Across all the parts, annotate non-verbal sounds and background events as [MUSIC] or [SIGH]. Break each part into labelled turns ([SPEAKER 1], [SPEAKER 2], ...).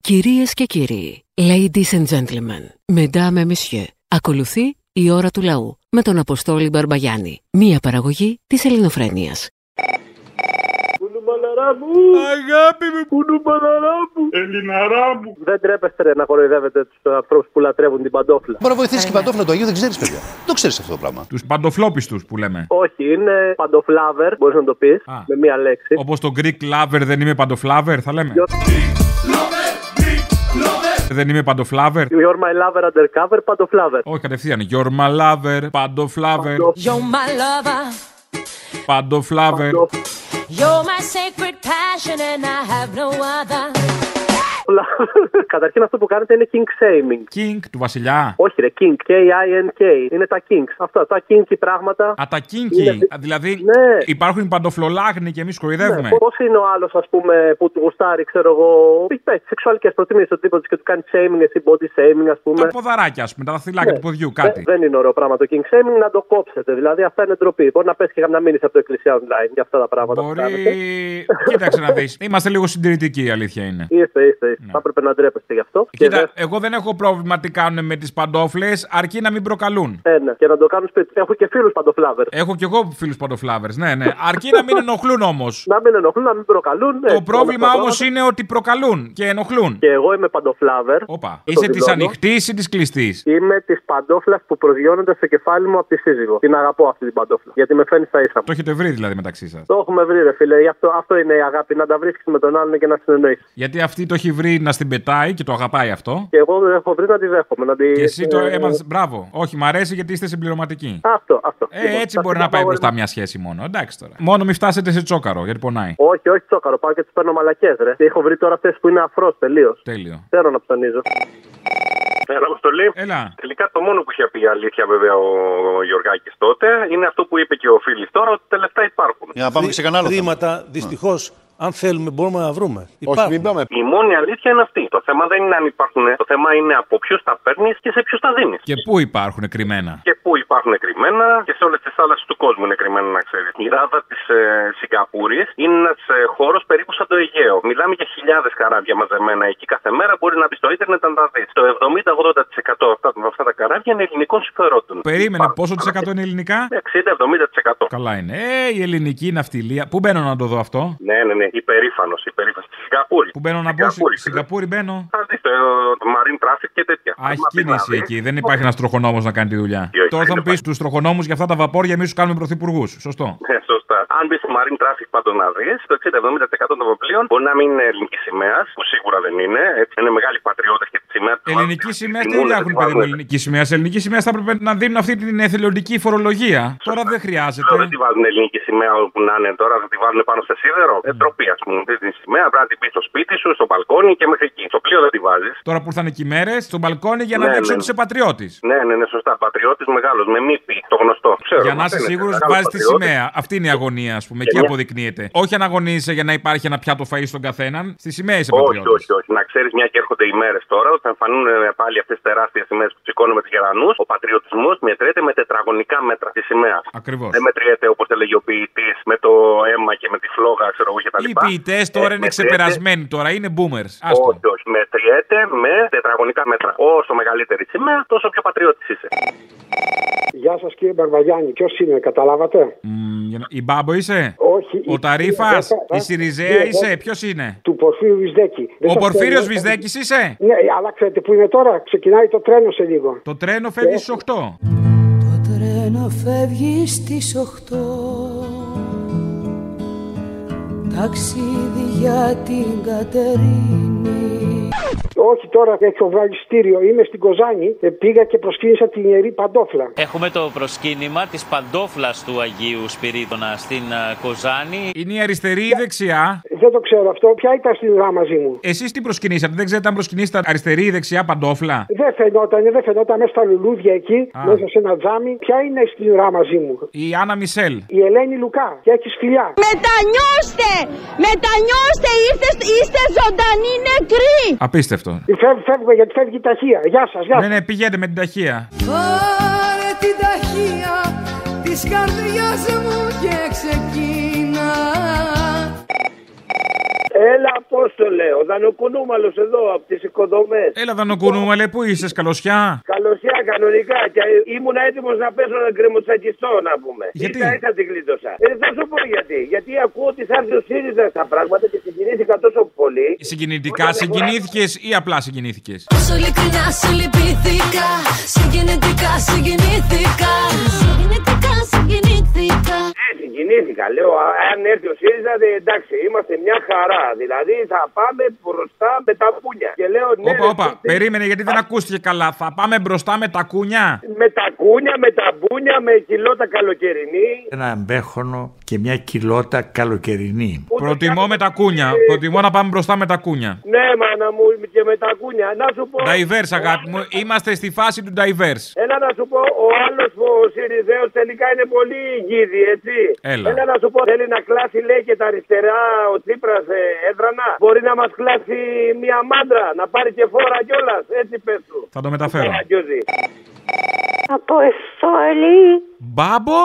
[SPEAKER 1] Κυρίες και κύριοι, ladies and gentlemen, mesdames et messieurs, ακολουθεί η ώρα του λαού με τον Αποστόλη Μπαρμπαγιάννη, μία παραγωγή της ελληνοφρένειας.
[SPEAKER 2] Κουνουμαλαρά μου!
[SPEAKER 3] Αγάπη μου,
[SPEAKER 2] Κουνουμαλαρά μου!
[SPEAKER 3] Ελληναρά μου.
[SPEAKER 2] Δεν τρέπεστε ρε, να κοροϊδεύετε τους ανθρώπους που λατρεύουν την παντόφλα.
[SPEAKER 4] Μπορεί να βοηθήσει και η παντόφλα του Αγίου, δεν ξέρεις, παιδιά. Το ξέρεις αυτό το πράγμα.
[SPEAKER 3] Τους παντοφλόπιστους που λέμε.
[SPEAKER 2] Όχι, είναι παντοφλάβερ, μπορείς να το πεις
[SPEAKER 3] Α.
[SPEAKER 2] με μία λέξη.
[SPEAKER 3] Όπως το Greek lover δεν είμαι παντοφλάβερ, θα λέμε.
[SPEAKER 2] Ποιο?
[SPEAKER 3] Δεν είμαι παντοφλάβερ.
[SPEAKER 2] You're my lover undercover, παντοφλάβερ.
[SPEAKER 3] Όχι, κατευθείαν. You're my lover, παντοφλάβερ,
[SPEAKER 2] Παντο-
[SPEAKER 5] You're my lover,
[SPEAKER 2] παντοφλάβερ.
[SPEAKER 3] παντοφλάβερ.
[SPEAKER 5] you're my sacred passion, and I have no other.
[SPEAKER 2] [LAUGHS] Καταρχήν αυτό που κάνετε είναι king shaming.
[SPEAKER 3] King του βασιλιά.
[SPEAKER 2] Όχι ρε, king, K-I-N-K. Είναι τα kinks. Αυτά τα kinky πράγματα.
[SPEAKER 3] Α, τα kinky.
[SPEAKER 2] Είναι-
[SPEAKER 3] Α, Δηλαδή
[SPEAKER 2] Ναι. υπάρχουν
[SPEAKER 3] υπάρχουν οι παντοφλολάγνοι και εμείς κοροϊδεύουμε.
[SPEAKER 2] Πώς είναι ο άλλος, ας πούμε, που του γουστάρει, ξέρω εγώ, έχει σεξουαλικές προτιμήσεις ο τύπο και του κάνει shaming, εσύ body shaming, ας πούμε.
[SPEAKER 3] Τα ποδαράκια, ας πούμε, τα δαχτυλάκια του ποδιού, κάτι.
[SPEAKER 2] Δεν, Ναι. δεν είναι ωραίο πράγμα το king shaming να το κόψετε. Δηλαδή αυτά είναι ντροπή. Μπορεί να πέσει και να μείνει από το εκκλησία online για αυτά τα πράγματα. που κάνετε.
[SPEAKER 3] Μπορεί. Κοίταξε να δεις. Είμαστε λίγο συντηρητικοί, η αλήθεια είναι.
[SPEAKER 2] Είστε, είστε. είστε. Θα έπρεπε να ντρέπεστε γι' αυτό. Και
[SPEAKER 3] Ναι. Κοίτα,
[SPEAKER 2] δε-
[SPEAKER 3] εγώ δεν έχω πρόβλημα τι κάνουν με τις παντόφλες, αρκεί να μην προκαλούν.
[SPEAKER 2] Ε, ναι. Και να το κάνουν σπίτι. Έχω και φίλους παντοφλάβερ.
[SPEAKER 3] Έχω κι εγώ φίλους παντοφλάβερ, ναι, ναι. Αρκεί να μην ενοχλούν όμως.
[SPEAKER 2] Να μην ενοχλούν, να μην προκαλούν. Ε,
[SPEAKER 3] Το πρόβλημα όμως είναι ότι προκαλούν και ενοχλούν.
[SPEAKER 2] Και εγώ είμαι παντοφλάβερ.
[SPEAKER 3] Όπα.
[SPEAKER 2] Το
[SPEAKER 3] Είσαι της
[SPEAKER 2] δηλώνω.
[SPEAKER 3] ανοιχτής ή της κλειστής.
[SPEAKER 2] Είμαι της παντόφλας που προσγειώνεται στο κεφάλι μου από τη σύζυγο. Την αγαπώ αυτή την παντόφλα. Γιατί με φαίνει στα ίσα μου.
[SPEAKER 3] Το έχετε βρει δηλαδή μεταξύ σας.
[SPEAKER 2] Το έχουμε βρει, ρε φίλε. Γι' αυτό, αυτό είναι η αγάπη. Να τα βρίσκεις με τον άλλον και να συνεννοεί.
[SPEAKER 3] Γιατί αυτή το έχει βρει να στην πετάει και το αγαπάει αυτό.
[SPEAKER 2] Και εγώ έχω βρει να τη δέχομαι. Να τη...
[SPEAKER 3] Και εσύ το
[SPEAKER 2] ε,
[SPEAKER 3] έμαθες. Μπράβο. Όχι, μ' αρέσει γιατί είστε συμπληρωματικοί.
[SPEAKER 2] Αυτό, αυτό.
[SPEAKER 3] Ε,
[SPEAKER 2] Λοιπόν,
[SPEAKER 3] έτσι
[SPEAKER 2] τα
[SPEAKER 3] μπορεί να
[SPEAKER 2] παιδιά
[SPEAKER 3] πάει
[SPEAKER 2] τα
[SPEAKER 3] μπροστά
[SPEAKER 2] αγόρια-
[SPEAKER 3] μια σχέση μόνο. Εντάξει τώρα. Μόνο μην φτάσετε σε τσόκαρο γιατί πονάει.
[SPEAKER 2] Όχι, όχι τσόκαρο. Πάω και τι παίρνω μαλακές, ρε. Τι Έχω βρει τώρα αυτές που είναι αφρός τελείως.
[SPEAKER 3] Τέλειο.
[SPEAKER 2] Θέλω να ψωνίζω.
[SPEAKER 6] Έλα, Αποστολή.
[SPEAKER 3] Έλα.
[SPEAKER 6] Τελικά το μόνο που είχε πει η αλήθεια βέβαια ο, ο Γιωργάκης τότε είναι αυτό που είπε και ο Φίλης τώρα ότι τα λεφτά υπάρχουν.
[SPEAKER 4] Για να πάμε και σε κανένα άλλο. θέμα. Ναι.
[SPEAKER 7] Χρήματα δυστυχώς, αν θέλουμε, μπορούμε να βρούμε.
[SPEAKER 8] Όχι,
[SPEAKER 7] Υπάρχουν.
[SPEAKER 8] μην πάμε.
[SPEAKER 6] Η μόνη αλήθεια είναι αυτή. Το θέμα δεν είναι αν υπάρχουν. Το θέμα είναι από ποιους τα παίρνεις και σε ποιους τα δίνεις.
[SPEAKER 3] Και πού υπάρχουν κρυμμένα.
[SPEAKER 6] Και πού υπάρχουν κρυμμένα και σε όλες τις θάλασσες του κόσμου είναι κρυμμένα, να ξέρεις. Η ράδα της ε, Σιγκαπούρης είναι ένας ε, χώρος περίπου σαν το Αιγαίο. Μιλάμε για χιλιάδες καράβια μαζεμένα εκεί κάθε μέρα. Μπορεί να μπεις στο ίντερνετ να τα δεις. Το 70-80% αυτά, αυτά τα καράβια είναι ελληνικών συμφερόντων.
[SPEAKER 3] Περίμενε,
[SPEAKER 6] Υπάρχουν
[SPEAKER 3] πόσο τη εκατό είναι ελληνικά.
[SPEAKER 6] 60-70%.
[SPEAKER 3] Καλά είναι. Ε, η ελληνική ναυτιλία. Πού μπαίνω να το δω αυτό.
[SPEAKER 6] Ναι, ναι, ναι, υπερήφανος, υπερήφανος. Στη Σιγκαπούρη.
[SPEAKER 3] Πού μπαίνω να μπω.
[SPEAKER 6] Σιγκαπούρη,
[SPEAKER 3] Στη Σιγκαπούρη μπαίνω.
[SPEAKER 6] Θα δει το το ε, marine traffic και τέτοια.
[SPEAKER 3] Α, έχει
[SPEAKER 6] Άμα πει να
[SPEAKER 3] κίνηση
[SPEAKER 6] δεις,
[SPEAKER 3] εκεί. Δεν υπάρχει ένας τροχονόμος να κάνει τη δουλειά.
[SPEAKER 6] Όχι, όχι,
[SPEAKER 3] Τώρα θα μου
[SPEAKER 6] δεν
[SPEAKER 3] πεις
[SPEAKER 6] υπάρχει.
[SPEAKER 3] τους τροχονόμους για αυτά τα βαπόρια, εμείς τους κάνουμε πρωθυπουργούς. Σωστό.
[SPEAKER 6] Ναι, σωστά. Αν μπεις στο marine traffic πάντως να δεις, το 60-70% των βιβλίων μπορεί να μην είναι ελληνικής σημαίας, που σίγουρα δεν είναι. Έτσι, είναι μεγάλοι πατριώτες και τη σημαία του.
[SPEAKER 3] Ελληνική σημαία Ε, τι δουλειά έχουν παιδί μου. Ελληνικής σημαίας. Σε ελληνική σημαία θα έπρεπε να δίνουν αυτή την εθελοντική φορολογία. Τώρα δεν
[SPEAKER 6] Λέω, δεν
[SPEAKER 3] χρειάζεται.
[SPEAKER 6] τη βάζουν ελληνική σημαία όπου να είναι τώρα, θα τη βάλουν πάνω σε σίδερο. Ε, ντροπή, ας πούμε. Δεις Τη σημαία πρέπει να την πεις στο σπίτι σου, στο μπαλκόνι και μέχρι εκεί. Στο πλοίο δεν τη βάζεις.
[SPEAKER 3] Τώρα που ήρθαν εκεί μέρες, στο μπαλκόνι για να
[SPEAKER 6] Ναι,
[SPEAKER 3] δείξουν
[SPEAKER 6] ναι,
[SPEAKER 3] ότι είσαι πατριώτης.
[SPEAKER 6] Ναι, ναι, ναι, σωστά. Πατριώτης μεγάλος, με μύτη, το γνωστό. Ξέρω,
[SPEAKER 3] Για να είσαι
[SPEAKER 6] μαθαίνετε,
[SPEAKER 3] σίγουρος,
[SPEAKER 6] μεγάλος
[SPEAKER 3] βάζεις τη
[SPEAKER 6] πατριώτης.
[SPEAKER 3] σημαία. Αυτή είναι η αγωνία, ας πούμε. Εκεί
[SPEAKER 6] μια-
[SPEAKER 3] αποδεικνύεται. Όχι αναγωνίζεσαι για να υπάρχει ένα πιάτο φαΐ στον καθέναν. Στη σημαία Ε, είσαι
[SPEAKER 6] Όχι,
[SPEAKER 3] πατριώτης.
[SPEAKER 6] όχι, όχι. Να ξέρεις, μια και έρχονται οι μέρες τώρα, όταν εμφανούν ε, πάλι αυτές τι τεράστιες σημαίες που σηκώνουμε τους Γερανούς, ο πατριωτισμός μετρέται με τετραγωνικά μέτρα τη σημαία.
[SPEAKER 3] Ακριβώς.
[SPEAKER 6] Δεν μετριέται όπως έλεγε ο ποιητής με το αίμα και με τη φλόγα, ξέρω εγώ κτλ.
[SPEAKER 3] Οι ποιητέ
[SPEAKER 6] Ε,
[SPEAKER 3] τώρα είναι ξεπερασμένοι τώρα, είναι boomers. Άστο.
[SPEAKER 6] Όχι, όχι. Μετριέται με τετραγωνικά μέτρα. Όσο μεγαλύτερη σημαία, τόσο πιο πατριώτης είσαι.
[SPEAKER 9] Γεια σας κύριε Μπαρβαγιάννη, ποιος είναι, καταλάβατε.
[SPEAKER 3] Μμμ, για να- Η μπάμπο είσαι.
[SPEAKER 9] Όχι. η-
[SPEAKER 3] Ο Ταρίφα,
[SPEAKER 9] δέκα-
[SPEAKER 3] η Σιριζέα
[SPEAKER 9] η
[SPEAKER 3] είσαι.
[SPEAKER 9] δέκα-
[SPEAKER 3] Ποιος είναι.
[SPEAKER 9] ε, Του Πορφύριου Βυσδέκη. Δεν
[SPEAKER 3] Ο
[SPEAKER 9] σας
[SPEAKER 3] Πορφύριο
[SPEAKER 9] θέλω-
[SPEAKER 3] Βυσδέκη είσαι.
[SPEAKER 9] Ναι, αλλά ξέρετε που είναι τώρα, ξεκινάει το τρένο σε λίγο. Ε.
[SPEAKER 3] Το τρένο φεύγει στι 8.
[SPEAKER 5] Το τρένο φεύγει στις 8. Ταξίδι για την Κατερίνη.
[SPEAKER 9] Όχι τώρα, έχω βγάλει στήριο, είμαι στην Κοζάνη, ε, πήγα και προσκύνησα την ιερή παντόφλα.
[SPEAKER 10] Έχουμε το προσκύνημα της παντόφλας του Αγίου Σπυρίδωνα στην ε, Κοζάνη.
[SPEAKER 3] Είναι η αριστερή ή η δεξιά.
[SPEAKER 9] Δεν το ξέρω αυτό, ποια ήταν στην ουρά μαζί μου.
[SPEAKER 3] Εσείς τι προσκυνήσατε, δεν ξέρετε αν προσκυνήσατε αριστερή ή δεξιά παντόφλα.
[SPEAKER 9] Δεν φαινόταν, δεν φαινόταν μέσα στα λουλούδια εκεί,
[SPEAKER 3] Α.
[SPEAKER 9] μέσα σε ένα τζάμι. Ποια είναι στην ουρά μαζί μου,
[SPEAKER 3] Η Άννα Μισελ.
[SPEAKER 9] η Ελένη Λουκά, και έχεις φιλιά.
[SPEAKER 5] Μετανιώστε! Μετανιώστε! Είστε, είστε ζωντανοί νεκροί!
[SPEAKER 3] Απίστευτο.
[SPEAKER 9] Φεύ- φεύγουμε γιατί φεύγει η ταχεία. Γεια σας, γεια
[SPEAKER 3] Ναι,
[SPEAKER 9] σα.
[SPEAKER 3] ναι, πηγαίνετε με την ταχεία.
[SPEAKER 5] Πάρε την ταχεία της καρδιάς μου και ξεκίνα
[SPEAKER 11] Έλα, Απόστολε, ο Δανοκουνούμαλο εδώ από τις οικοδομές.
[SPEAKER 3] Έλα, Δανοκουνούμαλε, πού είσαι, καλωσιά.
[SPEAKER 11] Καλωσιά, κανονικά. Και ήμουν έτοιμος να πέσω να γκρεμοτσακιστώ, να πούμε.
[SPEAKER 3] Γιατί?
[SPEAKER 11] Ήρθα, ήρθα, την κλείτωσα. Ε, θα σου πω γιατί. Γιατί ακούω ότι θα έρθει ο ΣΥΡΙΖΑ στα πράγματα και συγκινήθηκα τόσο πολύ.
[SPEAKER 3] Συγκινητικά συγκινήθηκες ή απλά συγκινήθηκες.
[SPEAKER 12] Σου ειλικρινά σου λυπήθηκα Συγκινητικά συγκινήθηκα Συγκινητικά συγκινήθηκα
[SPEAKER 11] Ε, συγκινήθηκα. Λέω, α, αν έρθει ο ΣΥΡΙΖΑ, δε, εντάξει, είμαστε μια χαρά. Δηλαδή θα πάμε μπροστά με τα πούνια. Και λέω, ναι,
[SPEAKER 3] Όπα,
[SPEAKER 11] ρε,
[SPEAKER 3] όπα,
[SPEAKER 11] πείτε,
[SPEAKER 3] περίμενε γιατί δεν ακούστηκε καλά. Θα πάμε μπροστά με τα κούνια.
[SPEAKER 11] Με τα κούνια, με τα μπούνια, με κιλότα καλοκαιρινή.
[SPEAKER 13] Ένα μπέχονο και μια κιλότα καλοκαιρινή.
[SPEAKER 3] Προτιμώ με τα κούνια. Προτιμώ να πάμε μπροστά με τα κούνια.
[SPEAKER 11] Ναι, μάνα μου, και με τα κούνια. Να σου πω.
[SPEAKER 3] Diverse, αγάπη μου. Είμαστε στη φάση του diverse.
[SPEAKER 11] Έλα να σου πω, ο άλλος ο Σιριζέος τελικά είναι πολύ γίδι, έτσι.
[SPEAKER 3] Έλα.
[SPEAKER 11] να σου πω, θέλει να κλάσει, λέει και τα αριστερά ο Τσίπρας ε, έδρανα. Μπορεί να μας κλάσει μια μάντρα, να πάρει και φόρα κιόλας. Έτσι πες του.
[SPEAKER 3] Θα το μεταφέρω.
[SPEAKER 11] Αγκιόζη.
[SPEAKER 14] Από εσόλη.
[SPEAKER 3] Μπάμπο.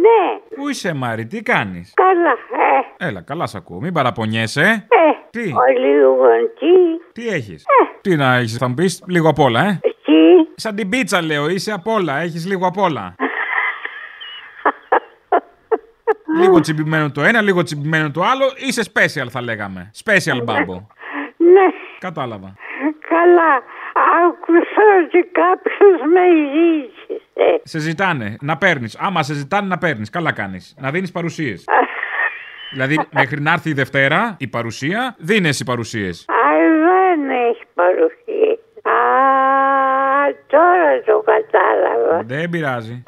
[SPEAKER 14] Ναι,
[SPEAKER 3] Πού είσαι, Μάρι, τι κάνεις.
[SPEAKER 14] καλά. Ε,
[SPEAKER 3] Έλα, καλά σ' ακούω. Μην παραπονιέσαι.
[SPEAKER 14] ε, Λοιπόν.
[SPEAKER 3] Τι?
[SPEAKER 14] ο λιγοντή.
[SPEAKER 3] Τι έχεις. Τι να έχεις, θα μου πεις λίγο απ' όλα, ε.
[SPEAKER 14] Εσύ,
[SPEAKER 3] Σαν την πίτσα, λέω, είσαι απ' όλα. Έχεις λίγο απ'
[SPEAKER 14] [LAUGHS]
[SPEAKER 3] όλα. λίγο τσιμπημένο το ένα, λίγο τσιμπημένο το άλλο. Είσαι special, θα λέγαμε. Special μπάμπο.
[SPEAKER 14] ναι,
[SPEAKER 3] Κατάλαβα.
[SPEAKER 14] καλά. Άκουσα ότι κάποιος με ζήτησε.
[SPEAKER 3] Σε ζητάνε να παίρνεις. Άμα σε ζητάνε να παίρνεις, καλά κάνεις. Να δίνεις παρουσίες. δηλαδή, μέχρι να έρθει η Δευτέρα, η παρουσία, δίνεις οι παρουσίες.
[SPEAKER 14] Α, δεν έχει παρουσία. Α, τώρα το κατάλαβα.
[SPEAKER 3] Δεν πειράζει.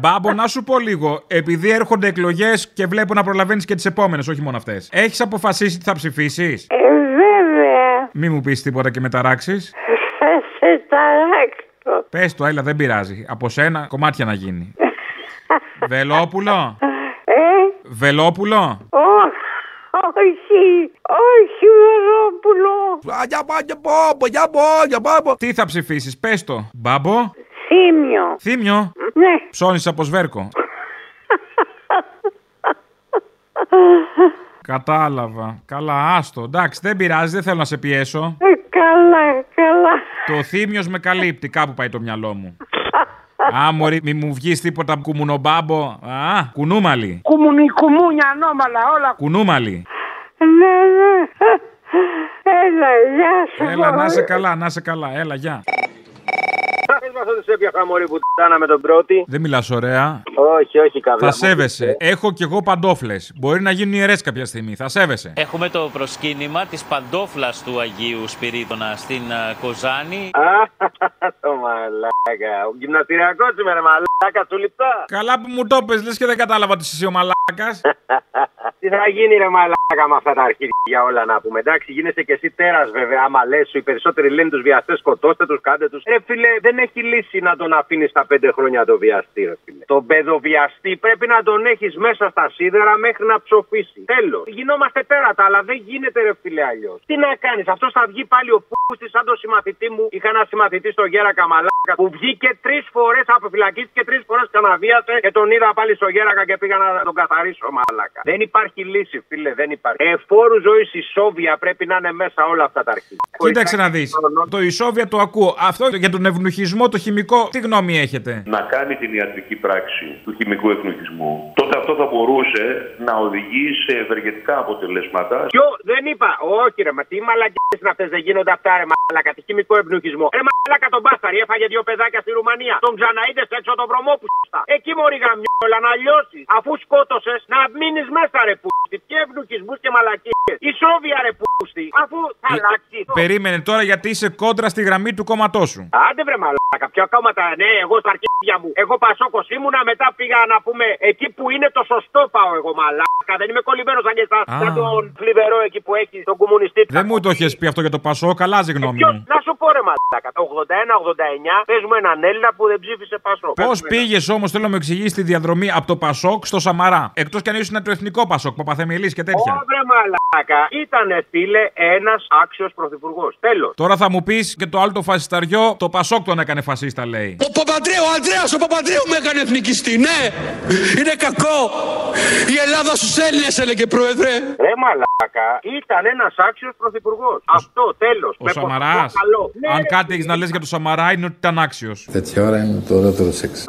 [SPEAKER 3] Μπάμπο, να σου πω λίγο. Επειδή έρχονται εκλογές και βλέπω να προλαβαίνεις και τις επόμενες, όχι μόνο αυτές. Έχεις αποφασίσει τι θα ψηφίσεις.
[SPEAKER 14] Ε, βέβαια,
[SPEAKER 3] Μη μου πεις τίποτα και με ταράξεις.
[SPEAKER 14] θα σε ταράξω.
[SPEAKER 3] Πες το, έλα, δεν πειράζει. Από σένα κομμάτια να γίνει. Βελόπουλο.
[SPEAKER 14] Ε,
[SPEAKER 3] Βελόπουλο.
[SPEAKER 14] ό, όχι, όχι, Βερόπουλο.
[SPEAKER 3] Τι θα ψηφίσεις, πες το. Μπάμπο.
[SPEAKER 14] Θύμιο.
[SPEAKER 3] Θύμιο.
[SPEAKER 14] Ναι,
[SPEAKER 3] Ψώνεις από σβέρκο. Κατάλαβα. Καλά, άστο. Εντάξει, δεν πειράζει, δεν θέλω να σε πιέσω.
[SPEAKER 14] ε, καλά, καλά.
[SPEAKER 3] Το θύμιος με καλύπτει, κάπου πάει το μυαλό μου. Α, μωρή, μη μου βγεις τίποτα κουμουνομπάμπο. Α, κουνούμαλι.
[SPEAKER 9] Κουμουνι, κουμούνια, ανώμαλα, όλα.
[SPEAKER 3] Κουνούμαλι.
[SPEAKER 14] Ναι, ναι. Έλα, γεια σου.
[SPEAKER 3] Έλα, να είσαι καλά, να είσαι καλά. Έλα, γεια.
[SPEAKER 11] Πες μας ότι σε έπιαχα μωρή που τάνα με τον πρώτη.
[SPEAKER 3] Δεν μιλάς ωραία.
[SPEAKER 11] Όχι, όχι καβιά.
[SPEAKER 3] Θα
[SPEAKER 11] μου.
[SPEAKER 3] σέβεσαι. Έχω κι εγώ παντόφλες. Μπορεί να γίνουν ιερές κάποια στιγμή. Θα σέβεσαι.
[SPEAKER 10] Έχουμε το προσκύνημα της παντόφλας του Αγίου Σπυρίδωνα στην α, Κοζάνη.
[SPEAKER 11] Α, [LAUGHS] το μαλάκα. Ο γυμναστηριακός σήμερα, μαλάκα, σου λιπτά.
[SPEAKER 3] Καλά που μου το πες, λες και δεν κατάλαβα ότι είσαι ο μαλάκας.
[SPEAKER 11] [LAUGHS] Τι θα γίνει, ρε μαλάκα, με αυτά τα αρχίδια όλα να πούμε. Εντάξει, γίνεσαι και εσύ τέρας, βέβαια. Άμα λες σου, οι περισσότεροι λένε τους βιαστές, σκοτώστε τους, κάντε τους. Ρε φίλε, δεν έχει λύση να τον αφήνεις τα πέντε χρόνια το βιαστή, ρε φίλε. Τον παιδοβιαστή πρέπει να τον έχεις μέσα στα σίδερα μέχρι να ψοφήσει. Τέλος. Γινόμαστε τέρατα, αλλά δεν γίνεται, ρε φίλε, αλλιώς. Τι να κάνεις, αυτός θα βγει πάλι ο πούστη σαν το συμμαθητή μου. Είχα ένα συμμαθητή στο Γέρακα Μαλάκα που βγήκε τρεις φορές, αποφυλακίστηκε τρεις φορές, ξαναβίασε και τον είδα πάλι στο Γέρακα και πήγα να τον καθαρίσω, Μαλάκα. Δεν υπάρχει λύση, φίλε, δεν υπάρχει. Εφόρου ζωής η Σόβια πρέπει να είναι μέσα όλα αυτά τα αρχή.
[SPEAKER 3] Κοίταξε να δει. Το ισόβια το ακούω. Αυτό για τον ευνουχισμό, το χημικό, τι γνώμη έχετε.
[SPEAKER 15] να κάνει την ιατρική πράξη του χημικού εκνουχισμού, τότε αυτό θα μπορούσε να οδηγεί σε ευεργετικά αποτελέσματα.
[SPEAKER 11] Ποιο, δεν είπα, όχι ρε, μα τι μαλακίε είναι αυτές, δεν γίνονται αυτά, ρε μαλακά, τι χημικό εμπνουχισμό. Ρε μαλακά τον Μπάσταρη, έφαγε δύο παιδάκια στη Ρουμανία. Τον ξαναείδες έξω τον βρωμό που στα. Εκεί μωρή γαμιόλα να λιώσεις. Αφού σκότωσες, να μείνεις μέσα ρε πούστη. Τι εμπνουχισμού και μαλακίες. Η Σόβια ρε πούστη, αφού θα
[SPEAKER 3] Ε,
[SPEAKER 11] αλλάξει.
[SPEAKER 3] Περίμενε τώρα γιατί είσαι κόντρα στη γραμμή του κόμματός σου.
[SPEAKER 11] Άντε βρε μαλάκα, ποια κόμματα, ναι, εγώ στα αρχίδια μου. Εγώ πασόκος ήμουνα, μετά πήγα να πούμε εκεί που είναι το σωστό πάω εγώ μαλάκα. Δεν είμαι κολλημένος σαν και εσάς,
[SPEAKER 3] Α.
[SPEAKER 11] σαν τον φλιβερό εκεί που έχεις τον κομμουνιστή.
[SPEAKER 3] Δεν μου το έχει πει αυτό για το Πασό, καλά γνώμη
[SPEAKER 11] Ε, Ποιος-
[SPEAKER 3] μου.
[SPEAKER 11] να σου πω ρε μαλάκα, το 81-89 Πε μου έναν Έλληνα που δεν ψήφισε Πασόκ.
[SPEAKER 3] Πώς πήγες όμως, θέλω να μου εξηγήσεις τη διαδρομή από το Πασόκ στο Σαμαρά. Εκτός κι αν ήσουν το εθνικό Πασόκ, Παπαθεμιλής και τέτοια.
[SPEAKER 11] Ωρε μαλάκα, ήταν φίλε ένας άξιος πρωθυπουργός. Τέλος.
[SPEAKER 3] Τώρα θα μου πεις και το άλλο το φασισταριό, το Πασόκ τον έκανε φασίστα, λέει.
[SPEAKER 16] Ο Παπαντρέου, ο Αντρέα ο Παπαντρέου με έκανε εθνικιστή. Ναι, είναι κακό. Η Ελλάδα στους Έλληνες έλεγε πρόεδρε.
[SPEAKER 11] Ρε μαλάκα, ήταν ένας άξιος πρωθυπουργός. Αυτό τέλος.
[SPEAKER 3] Ο Σαμαρά.
[SPEAKER 11] Ε, ναι,
[SPEAKER 3] Αν
[SPEAKER 11] [LAUGHS]
[SPEAKER 3] κάτι έχεις να λες για το Σαμαρά, είναι ότι ήταν άξιος.
[SPEAKER 17] Τέτοια ώρα είναι το ωραίο σεξ.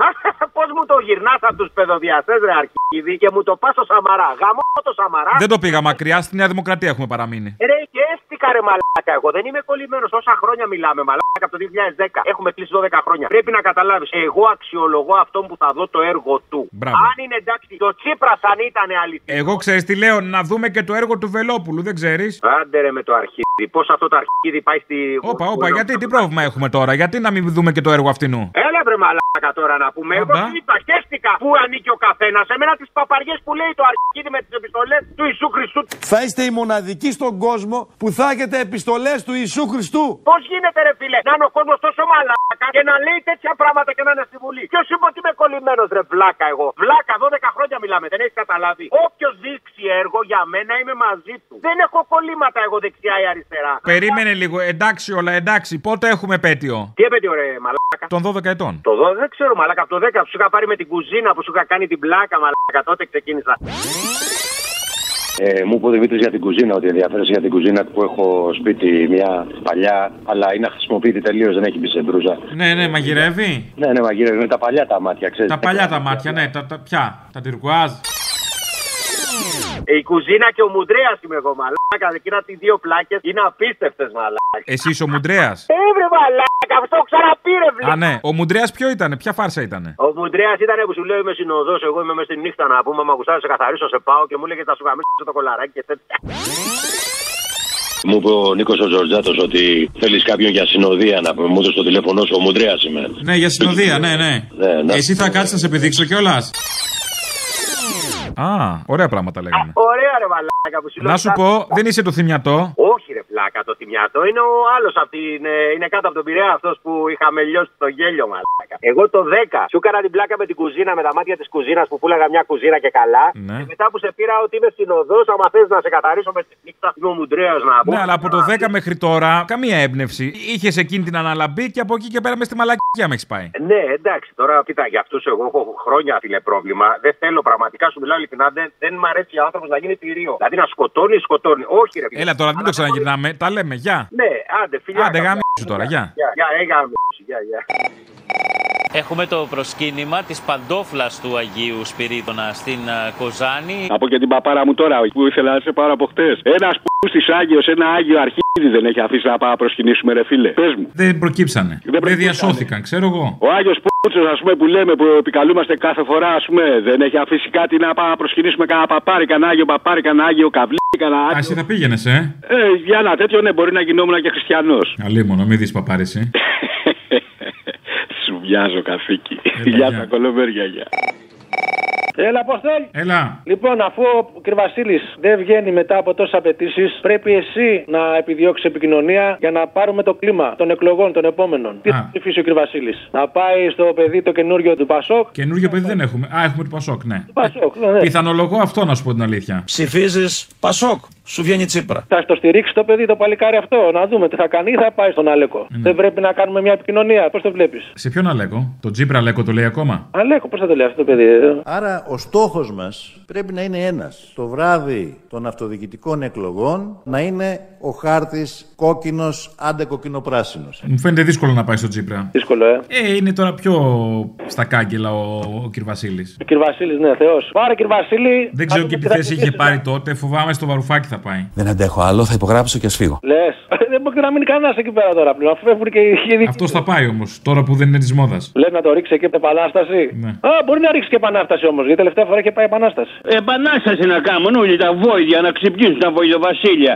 [SPEAKER 11] Πώς μου το γυρνάς από τους παιδοδιαστές, ρε Αρχίδη, και μου το πας στο Σαμαρά. Γαμώ το Σαμαρά.
[SPEAKER 3] Δεν το πήγα μακριά, στη Νέα Δημοκρατία έχουμε παραμείνει.
[SPEAKER 11] Ρε, και έστικα ρε μαλάκα. Εγώ δεν είμαι κολλημένος. Όσα χρόνια μιλάμε, μαλάκα από το 2010. Έχουμε κλείσει 12 χρόνια. Πρέπει να καταλάβεις. Εγώ αξιολογώ αυτόν που θα δω το έργο του.
[SPEAKER 3] Μπράβο.
[SPEAKER 11] Αν είναι εντάξει, το Τσίπρας αν ήταν αλήθεια.
[SPEAKER 3] Εγώ ξέρεις τι λέω, να δούμε και το έργο του Βελόπουλου, δεν ξέρεις.
[SPEAKER 11] Άντε ρε με το αρχίδι. Πώς αυτό το αρχίδι πάει στη.
[SPEAKER 3] Όπα, όπα, γιατί τι πρόβλημα έχουμε τώρα, γιατί να μην δούμε και το έργο αυτινού.
[SPEAKER 11] Έλα βρε μαλάκα τώρα να πούμε. Εγώ
[SPEAKER 3] Μπα.
[SPEAKER 11] τι είπα, χαίστηκα που ανήκει ο καθένας. Εμένα τις παπαριές που λέει το αρχίδι με τις επιστολές του Ιησού Χριστού.
[SPEAKER 5] Θα είστε οι μοναδικοί στον κόσμο που θα έχετε επιστολές του Ιησού Χριστού.
[SPEAKER 11] Πώς γίνεται, ρε φίλε, να είναι ο κόσμος τόσο μαλάκα και να λέει τέτοια πράγματα και να είναι στη Βουλή. Ποιος είπε ότι είμαι κολλημένος, ρε βλάκα εγώ. Βλάκα, 12 χρόνια μιλάμε, δεν έχεις καταλάβει. Όποιος δείξει έργο για μένα είμαι μαζί του. Δεν έχω κολλήματα εγώ δεξιά ή αριστερά.
[SPEAKER 3] Περίμενε λίγο, εντάξει όλα, εντάξει, πότε έχουμε επέτειο.
[SPEAKER 11] Τι έπαιτειο, ρε μαλάκα.
[SPEAKER 3] Των 12 ετών.
[SPEAKER 11] Το 12 δεν ξέρω, μαλάκα. Από το 10 που σου είχα πάρει με την κουζίνα που σου είχα κάνει την πλάκα, μαλάκα. Τότε ξεκίνησα.
[SPEAKER 7] Ε, μου είπε ο Δημήτρης για την κουζίνα, ότι ενδιαφέρεσαι για την κουζίνα που έχω σπίτι μια παλιά, αλλά είναι αχρησιμοποιητή τελείως, δεν έχει μπει σε μπρούζα.
[SPEAKER 3] Ναι, ναι, μαγειρεύει.
[SPEAKER 7] Ναι, ναι, μαγείρευε με τα παλιά τα μάτια, ξέρεις.
[SPEAKER 3] Τα παλιά τα μάτια, ναι, τα, τα ποια, τα τυρκουάζ.
[SPEAKER 11] Ε, Η κουζίνα και ο Μουντρέας είμαι εγώ, μαλάκα. Εκείνα τις δύο πλάκες είναι απίστευτες, μαλάκα.
[SPEAKER 3] Εσύ είσαι ο Μουντρέας.
[SPEAKER 11] Έβρε μαλάκα, αυτό ξαναπήρε, βλέ.
[SPEAKER 3] Α, ναι. Ο Μουντρέας ποιο ήταν, ποια φάρσα ήταν.
[SPEAKER 11] Ο Μουντρέας ήταν που σου λέει είμαι συνοδός. Εγώ είμαι μέσα στη νύχτα να πούμε. Μα γουστάρει, σε καθαρίσω, σε πάω και μου λέγε τα σου γαμίσω το κολαράκι και τέτοια.
[SPEAKER 7] Μου είπε ο Νίκος ο Ζορζάτο ότι θέλεις κάποιον για συνοδεία να πούμε. Μου έδωσε το τηλέφωνό σου, ο Μουντρέας είμαι.
[SPEAKER 3] Ναι, για συνοδεία, ναι, ναι.
[SPEAKER 7] Ναι, να-
[SPEAKER 3] Εσύ θα κάτσεις να σε επιδείξω κιόλας. Α, ωραία πράγματα λέγαμε.
[SPEAKER 11] Ωραία, ρε μαλάκα που σου λέω.
[SPEAKER 3] Να σου πω, δεν είσαι το θυμιατό.
[SPEAKER 11] Όχι, ρε πλάκα το θυμιατό. Είναι ο άλλος από την. ε, είναι κάτω από τον πειραία αυτός που είχαμε λιώσει το γέλιο, μαλάκα. Εγώ το 10 σου έκανα την πλάκα με την κουζίνα, με τα μάτια της κουζίνας που πουλάγα μια κουζίνα και καλά.
[SPEAKER 3] Ναι.
[SPEAKER 11] Και μετά που σε πήρα ότι είμαι συνοδό, άμα θες να σε καθαρίσω με τη νύχτα, είμαι ο Μουντρέας να πω.
[SPEAKER 3] Ναι, αλλά από το 10 μέχρι τώρα, καμία έμπνευση. Είχες εκείνη την αναλαμπή και από εκεί και πέρα με στη μαλακία με έχεις πάει.
[SPEAKER 11] Ναι, εντάξει, τώρα κοίτα, για αυτούς εγώ έχω χρόνια φίλε πρόβλημα. Δεν θέλω πραγματικά, σου μιλάω ειλικρινά, δεν, δεν μ' αρέσει ο άνθρωπος να γίνει τυρίο. Δηλαδή να σκοτώνει, σκοτώνει. Όχι, ρε φίλε.
[SPEAKER 3] Έλα τώρα, μην το ξαναγυρνάμε. Τα λέμε, γεια.
[SPEAKER 11] Ναι, άντε, φιλιά.
[SPEAKER 3] Άντε,
[SPEAKER 11] καλά.
[SPEAKER 3] γαμίσου τώρα, γεια.
[SPEAKER 11] Γεια, γεια, ε, γαμίσου, γεια, γεια.
[SPEAKER 10] Έχουμε το προσκύνημα της παντόφλας του Αγίου Σπυρίδωνα στην α, Κοζάνη.
[SPEAKER 18] Από και την παπάρα μου τώρα που ήθελα να σε πάρω από χτες. Ένας που τη Άγιος, ένα Άγιο αρχίδι δεν έχει αφήσει να πάω να προσκυνήσουμε, ρε φίλε. Πες μου.
[SPEAKER 3] Δεν προκύψανε. Δεν διασώθηκαν, ξέρω εγώ.
[SPEAKER 18] Ο Άγιος Πούτσο, ας πούμε, που λέμε, που επικαλούμαστε κάθε φορά, ας πούμε, δεν έχει αφήσει κάτι να πάμε να προσκυνήσουμε κανένα παπάρι, κανένα Άγιο παπάρι, κανένα Άγιο καβλί, κανένα
[SPEAKER 3] Α, εσύ
[SPEAKER 18] Άγιο.
[SPEAKER 3] θα πήγαινες, ε.
[SPEAKER 18] Ε, για ένα τέτοιο, ναι, μπορεί να γινόμουν και χριστιανός.
[SPEAKER 3] Αλίμονο, μην δει παπάρεση.
[SPEAKER 18] Σου βιάζω
[SPEAKER 3] Ε,
[SPEAKER 18] καθήκη. Γεια τα κολομέρια, γεια.
[SPEAKER 19] Έλα, Αποστόλ.
[SPEAKER 3] Έλα.
[SPEAKER 19] Λοιπόν, αφού ο Κρυβασίλη δεν βγαίνει μετά από τόσες απαιτήσεις, πρέπει εσύ να επιδιώξεις επικοινωνία για να πάρουμε το κλίμα των εκλογών των επόμενων. Τι θα ψηφίσει ο Κρυβασίλη, Να πάει στο παιδί το καινούριο του Πασόκ.
[SPEAKER 3] Καινούργιο παιδί δεν έχουμε. Α, έχουμε το Πασόκ, ναι.
[SPEAKER 19] Πασόκ, ναι, ναι.
[SPEAKER 3] Πιθανολογώ αυτό να σου πω την αλήθεια.
[SPEAKER 19] Ψηφίζεις Πασόκ. Σου βγαίνει τσίπρα. Θα στο στηρίξει το παιδί το παλικάρι αυτό. Να δούμε τι θα κάνει ή θα πάει στον Αλέκο.
[SPEAKER 3] Ναι.
[SPEAKER 19] Δεν πρέπει να κάνουμε μια επικοινωνία. Πώς το βλέπεις.
[SPEAKER 3] Σε ποιον αλέκο, τον Τζίπρα αλέκο το λέει ακόμα.
[SPEAKER 19] Αλέκο, πώς θα το λέει αυτό το παιδί. ε?
[SPEAKER 20] Άρα ο στόχος μας πρέπει να είναι ένας. Το βράδυ των αυτοδιοικητικών εκλογών να είναι ο χάρτης κόκκινος άντε κοκκινοπράσινος.
[SPEAKER 3] Μου φαίνεται δύσκολο να πάει στον Τζίπρα.
[SPEAKER 19] Δύσκολο, ε.
[SPEAKER 3] Ε, είναι τώρα πιο στα κάγκελα ο, ο κ. Βασίλης.
[SPEAKER 19] Ο Κυρβασίλη, ναι, Θεός. Πάρε Κυρβασίλη.
[SPEAKER 3] Δεν ξέρω και τι θέση είχε πάρει τότε. Φοβάμαι στο βαρουφάκι θα πάει.
[SPEAKER 17] Δεν αντέχω άλλο, θα υπογράψω και ας φύγω.
[SPEAKER 19] Λες. Ε, Δεν μπορεί να μείνει κανένας εκεί πέρα τώρα πλέον. Αφού φεύγουν και οι ειδικοί.
[SPEAKER 3] Αυτός θα πάει όμως, τώρα που δεν είναι της μόδας.
[SPEAKER 19] Λες να το ρίξει εκεί από την επανάσταση. Α, μπορεί να ρίξει και επανάσταση όμως. Γιατί τελευταία φορά είχε πάει επανάσταση.
[SPEAKER 21] Επανάσταση να κάνουν όλοι τα βόηδια να ξυπνήσουν τα βοηδοβασίλια.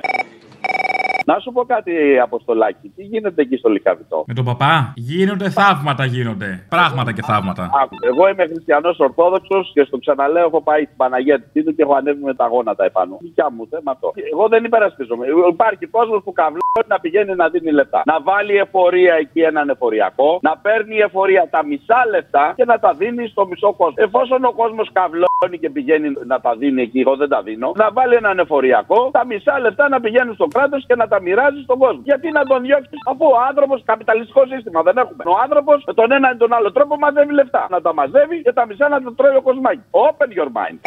[SPEAKER 16] Να σου πω κάτι, Αποστολάκη. Τι γίνεται εκεί στο Λικαβιτό.
[SPEAKER 3] Με τον παπά. Γίνονται θαύματα, γίνονται. Πράγματα και θαύματα.
[SPEAKER 16] Άκου, Εγώ είμαι χριστιανός Ορθόδοξος και στο ξαναλέω έχω πάει στην Παναγία τη Τίτου και έχω ανέβει με τα γόνατα επάνω. Δικιά μου θέμα αυτό. Εγώ δεν υπερασπίζομαι. Υπάρχει κόσμος που καβλώνει να πηγαίνει να δίνει λεφτά. Να βάλει εφορία εκεί έναν εφοριακό, να παίρνει η εφορία τα μισά λεφτά και να τα δίνει στο μισό κόσμο. Εφόσον ο κόσμος καβλώνει και πηγαίνει να τα δίνει εκεί, εγώ δεν τα δίνω, να βάλει έναν εφοριακό, τα μισά λεφτά να πηγαίνουν στο κράτος και να τα μοιράζει στον κόσμο. Γιατί να τον διώξεις, αφού ο άνθρωπος, καπιταλιστικό σύστημα δεν έχουμε. Ο άνθρωπος με τον ένα ή τον άλλο τρόπο μαζεύει λεφτά. Να τα μαζεύει και τα μισά να τα τρώει ο κοσμάκι. Open your mind.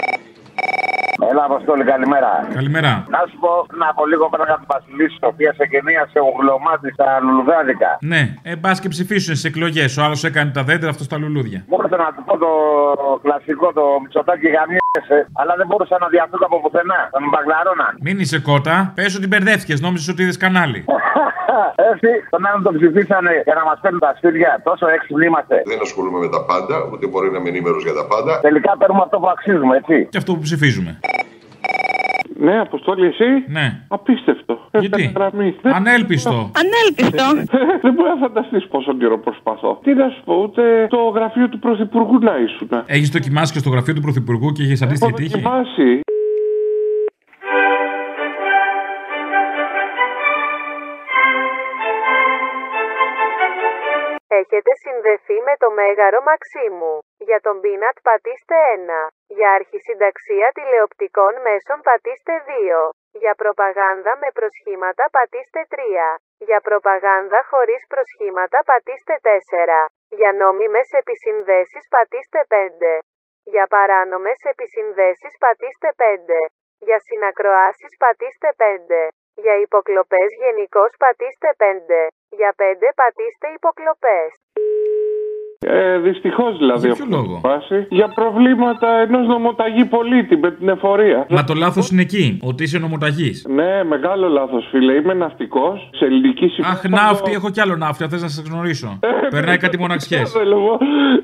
[SPEAKER 22] Έλα, Αποστόλη, καλημέρα.
[SPEAKER 3] Καλημέρα.
[SPEAKER 22] Να σου πω να από λίγο πέρα από την Βασιλίση, η οποία σε γενίασε ογλωμάτι στα λουλουδάδικα.
[SPEAKER 3] Ναι, ε, μπα και ψηφίσουν στις εκλογές. Ο άλλος έκανε τα δέντρα, αυτός τα λουλούδια.
[SPEAKER 22] Μόνο θέλω να του πω το κλασικό, το μισοτάκι γαμιέσαι, αλλά δεν μπορούσα να διαφύγω από πουθενά. Τον μπαγκλαρώναν.
[SPEAKER 3] Μην είσαι κότα. Πες ότι μπερδεύτηκες, νόμιζες ότι είδες κανάλι.
[SPEAKER 22] [LAUGHS] Έτσι, τον άλλον τον ψηφίσανε για να μας παίρνουν τα σπίτια. Τόσο έξυπνοι είμαστε.
[SPEAKER 23] Δεν ασχολούμαι με τα πάντα, ούτε μπορεί να είμαι ενήμερος για τα πάντα.
[SPEAKER 22] Τελικά παίρνουμε αυτό που αξίζουμε, έτσι.
[SPEAKER 3] Και αυτό που ψηφίζουμε.
[SPEAKER 24] Ναι, Αποστόλη, εσύ.
[SPEAKER 3] Ναι.
[SPEAKER 24] Απίστευτο.
[SPEAKER 3] Γιατί?
[SPEAKER 24] Έπαιρνα γραμμή.
[SPEAKER 3] Ανέλπιστο.
[SPEAKER 24] Ανέλπιστο. Δεν μπορεί να φανταστείς πόσο καιρό προσπαθώ. Τι να σου πω, ούτε το γραφείο του Πρωθυπουργού να ήσουν.
[SPEAKER 22] Ναι.
[SPEAKER 3] Έχεις δοκιμάσει και στο γραφείο του Πρωθυπουργού και είχε αντίστοιχη τύχη.
[SPEAKER 24] δοκιμάσει.
[SPEAKER 25] Έχετε συνδεθεί με το Μέγαρο Μαξίμου. Για τον πίνατ πατήστε 1. Για αρχισυνταξία τηλεοπτικών μέσων πατήστε 2. Για προπαγάνδα με προσχήματα πατήστε 3. Για προπαγάνδα χωρίς προσχήματα πατήστε 4. Για νόμιμες επισυνδέσεις πατήστε 5. Για παράνομες επισυνδέσεις πατήστε 5. Για συνακροάσεις πατήστε 5. Για υποκλοπές γενικώς πατήστε 5. Για 5 πατήστε υποκλοπές.
[SPEAKER 24] Ε, Δυστυχώς δηλαδή.
[SPEAKER 3] Για ποιο
[SPEAKER 24] αυτό
[SPEAKER 3] λόγο?
[SPEAKER 24] που φάση. Για προβλήματα ενός νομοταγή πολίτη με την εφορία.
[SPEAKER 3] Μα το λάθος είναι εκεί, ότι είσαι νομοταγής.
[SPEAKER 24] Ναι, μεγάλο λάθος, φίλε. Είμαι ναυτικός σε ελληνική συμφωνία.
[SPEAKER 3] Αχ, ναύτη, έχω κι άλλο ναύτη, θες να σε γνωρίσω.
[SPEAKER 24] Ε,
[SPEAKER 3] Περνάει κάτι μοναξιές.
[SPEAKER 24] λόγο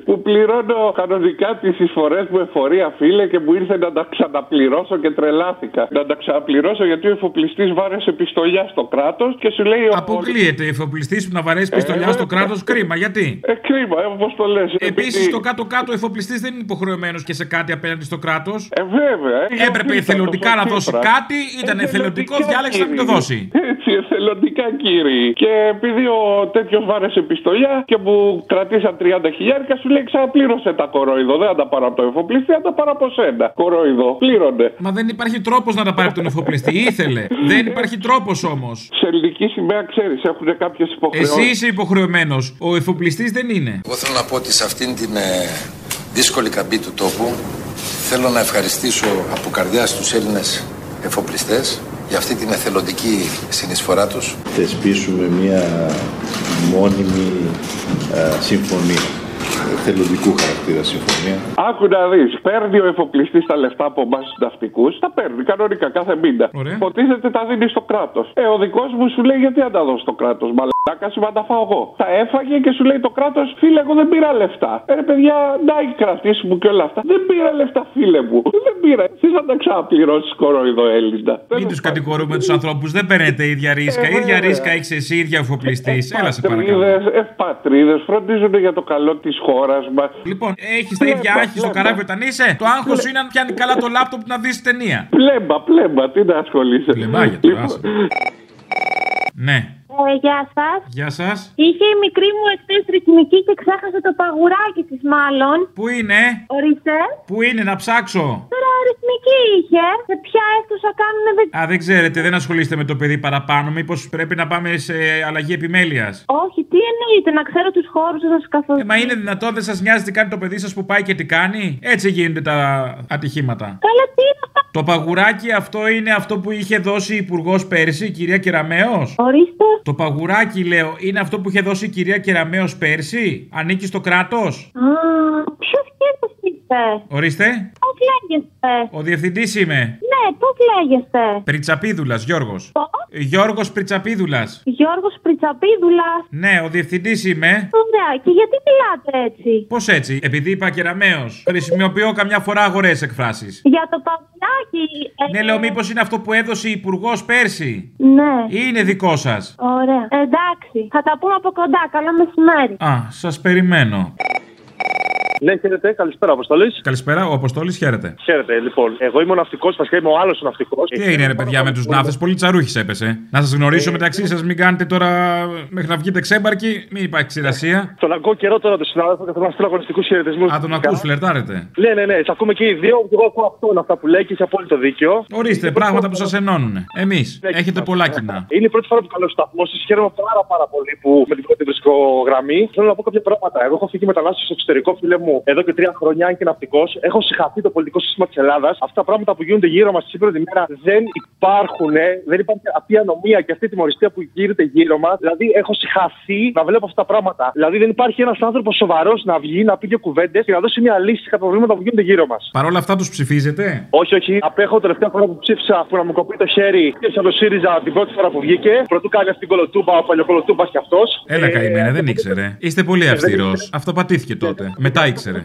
[SPEAKER 24] που πληρώνω κανονικά τις εισφορές μου εφορία, φίλε, και μου ήρθε να τα ξαναπληρώσω και τρελάθηκα. Να τα ξαναπληρώσω γιατί ο εφοπλιστής βάρεσε πιστολιά στο κράτος και σου λέει. ο-
[SPEAKER 3] Αποκλείεται εφοπλιστής που να βαρέσει πιστολιά στο κράτος, κρίμα. Γιατί?
[SPEAKER 24] Ε, κρίμα, ε, όπως το λες.
[SPEAKER 3] Επίση, στο κάτω-κάτω, ο εφοπλιστής δεν είναι υποχρεωμένος και σε κάτι απέναντι στο κράτος.
[SPEAKER 24] Ε, βέβαια. ε,
[SPEAKER 3] Έπρεπε
[SPEAKER 24] γιατί ήταν
[SPEAKER 3] εθελοντικά
[SPEAKER 24] τόσο
[SPEAKER 3] να δώσει
[SPEAKER 24] τσίπρα.
[SPEAKER 3] κάτι, ήταν εθελοντικός, διάλεξε να μην το δώσει.
[SPEAKER 24] Έτσι, εθελοντικά κύριοι. Και επειδή ο τέτοιος βάρεσε πιστολιά και μου κρατήσαν 30 χιλιάρικα, σου λέει ξαναπλήρωσε τα κορόιδο. Δεν θα τα πάρω από το εφοπλιστή, θα τα πάρω από σένα. Κορόιδο, πλήρωνε.
[SPEAKER 3] Μα δεν υπάρχει τρόπος να τα πάρει από τον εφοπλιστή. Ήθελε. Δεν υπάρχει τρόπος όμως.
[SPEAKER 24] Σε ελληνική σημαία, ξέρεις, έχουν κάποιες υποχρεώσεις.
[SPEAKER 3] Εσύ είσαι υποχρεωμένος. Ο εφοπλιστής δεν είναι.
[SPEAKER 18] Εγώ θέλω να πω ότι σε αυτήν την ε, δύσκολη καμπή του τόπου θέλω να ευχαριστήσω από καρδιάς τους Έλληνες εφοπλιστές για αυτή την εθελοντική συνεισφορά τους.
[SPEAKER 2] θεσπίσουμε μια μόνιμη α, συμφωνία, θελοντικού χαρακτήρα συμφωνία.
[SPEAKER 24] Άκου να δεις, παίρνει ο εφοπλιστής τα λεφτά από εμάς τους ναυτικούς, τα παίρνει κανονικά κάθε μήνα. Υποτίθεται τα δίνει στο κράτος. Ε, ο δικός μου σου λέει γιατί να τα δω στο κράτος, μαλάκα σου να τα φάω εγώ. Τα έφαγε και σου λέει το κράτος, φίλε, εγώ δεν πήρα λεφτά. Ε, ρε, παιδιά, να οι κρατήσει μου και όλα αυτά. Δεν πήρα λεφτά, φίλε μου. Δεν πήρα. Εσύ θα τα ξαναπληρώσεις κοροϊδό Έλληνα.
[SPEAKER 3] Μην τους κατηγορούμε τους ανθρώπους. Δεν παίρνετε ίδια ρίσκα.
[SPEAKER 24] Ε,
[SPEAKER 3] ίδια
[SPEAKER 24] βέβαια.
[SPEAKER 3] ρίσκα έχεις εσύ, ίδια εφοπλιστής. Έλα
[SPEAKER 24] ε,
[SPEAKER 3] σε παρακαλώ.
[SPEAKER 24] Πατρίδε, ευπατρίδε, φροντίζονται για το καλό της χώρας μας.
[SPEAKER 3] Λοιπόν,
[SPEAKER 24] ε,
[SPEAKER 3] έχεις τα ίδια άχη στο καράβι όταν είσαι. Το άγχος είναι αν πιάνει καλά το λάπτοπ να δεις ταινία.
[SPEAKER 24] Πλέμπα, πλέμπα, τι να ασχολείσαι. Λοιπόν,
[SPEAKER 3] Πλεμπάγια τώρα, άσε. Ναι.
[SPEAKER 26] Ε, γεια σας.
[SPEAKER 3] Γεια σας.
[SPEAKER 26] Είχε η μικρή μου εχθέ ρυθμική και ξέχασε το παγουράκι της, μάλλον.
[SPEAKER 3] Πού είναι?
[SPEAKER 26] Ορίστε.
[SPEAKER 3] Ναι. Πού είναι να ψάξω.
[SPEAKER 26] Τώρα ρυθμική είχε. Σε ποια αίθουσα κάνουν δεν
[SPEAKER 3] Α, δεν ξέρετε, δεν ασχολείστε με το παιδί παραπάνω. Μήπως πρέπει να πάμε σε αλλαγή επιμέλειας.
[SPEAKER 26] Όχι, τι εννοείται, να ξέρω τους χώρους σας καθόλου.
[SPEAKER 3] Μα είναι δυνατόν, δεν σας νοιάζει τι κάνει το παιδί σας που πάει και τι κάνει. Έτσι γίνονται τα ατυχήματα.
[SPEAKER 26] Καλά, τι είναι αυτά.
[SPEAKER 3] Το παγουράκι αυτό είναι αυτό που είχε δώσει η υπουργός πέρσι, η κυρία Κεραμέο.
[SPEAKER 26] Ορίστε.
[SPEAKER 3] Το παγουράκι, λέω, είναι αυτό που είχε δώσει η κυρία Κεραμέο πέρσι. Ανήκει στο κράτος.
[SPEAKER 26] Α, ποιος κέρδο είστε.
[SPEAKER 3] Ορίστε.
[SPEAKER 26] Πώς λέγεστε.
[SPEAKER 3] Ο διευθυντής είμαι.
[SPEAKER 26] Ναι, πώς λέγεστε.
[SPEAKER 3] Πριτσαπίδουλας, Γιώργος.
[SPEAKER 26] Πώς?
[SPEAKER 3] Γιώργος Πριτσαπίδουλας.
[SPEAKER 26] Γιώργος Πριτσαπίδουλας.
[SPEAKER 3] Ναι, ο διευθυντής είμαι.
[SPEAKER 26] Ωραία, και γιατί μιλάτε έτσι.
[SPEAKER 3] Πώς έτσι, επειδή είπα κεραμαίο. Χρησιμοποιώ καμιά φορά αγορές εκφράσεις.
[SPEAKER 26] Για το παπουλάκι. ε,
[SPEAKER 3] Ναι, λέω, μήπως είναι αυτό που έδωσε η υπουργός πέρσι.
[SPEAKER 26] Ναι.
[SPEAKER 3] Ή είναι δικό σας.
[SPEAKER 26] Ωραία. Εντάξει. Θα τα πούμε από κοντά. Καλό μεσημέρι.
[SPEAKER 3] Α, σας περιμένω.
[SPEAKER 27] Ναι, χαίρετε, καλησπέρα, Αποστολή.
[SPEAKER 3] Καλησπέρα, ο Αποστόλης χαίρεται.
[SPEAKER 27] Χαίρετε, λοιπόν. Εγώ είμαι ναυτικός, βασικά είμαι ο άλλος ναυτικός.
[SPEAKER 3] Τι έγινε, ρε παιδιά, με τους ναύτε, πολύ τσαρούχη έπεσε. Να σας γνωρίσω μεταξύ σας, μην κάνετε τώρα μέχρι να βγείτε ξέμπαρκοι, μην υπάρχει ξηρασία.
[SPEAKER 27] Τον ακούω καιρό τώρα του συνάδελφου και θέλω να στείλω αγωνιστικού χαιρετισμούς.
[SPEAKER 3] Α, τον ακούς, φλερτάρετε.
[SPEAKER 27] Ναι, ναι, ναι, σε ακούμε και οι δύο. και Εγώ ακούω αυτόν αυτά που λέει και έχει απόλυτο δίκιο.
[SPEAKER 3] Ορίστε, πράγματα που σα ενώνουν. Εμεί έχετε πολλά κοινά.
[SPEAKER 27] Είναι η πρώτη φορά που καλώ σταθμό σας. Χαίρομαι πάρα, πάρα πολύ που με την πρώτη βρίσκω γραμμή. Θέλω να πω κάποια πράγματα. Εγώ έχω φύγει μετανάστε στο εξωτερικό, φίλε μου, εδώ και τρία χρόνια, αν και ναυτικός. Έχω συγχαθεί το πολιτικό σύστημα της Ελλάδας. Αυτά τα πράγματα που γίνονται γύρω μας σήμερα τη μέρα δεν υπάρχουν. Δεν υπάρχει αυτή η ανομία και αυτή η τιμωριστία που γίνεται γύρω μας. Δηλαδή, έχω συγχαθεί να βλέπω αυτά τα πράγματα. Δηλαδή, δεν υπάρχει ένας άνθρωπος σοβαρός να βγει, να πει δύο κουβέντες και να δώσει μια λύση στα προβλήματα που γίνονται γύρω μας.
[SPEAKER 3] Παρ' όλα αυτά τους ψηφίζετε.
[SPEAKER 27] Όχι, όχι. Απέχω τελευταία φορά που ψήφισα που να μου κοπεί το χέρι. Και σαν το ΣΥΡΙΖΑ την πρώτη φορά που βγήκε. Πρωτού κάνει αυτήν την κολοτούμπα, ο παλιοκολοτούμπας κι αυτός.
[SPEAKER 3] Έλα καημένα, δεν ήξερε. Είστε πολύ
[SPEAKER 27] δεν
[SPEAKER 3] αυστηρό. Αυτό πατήθηκε τότε. Μετά ήξερε.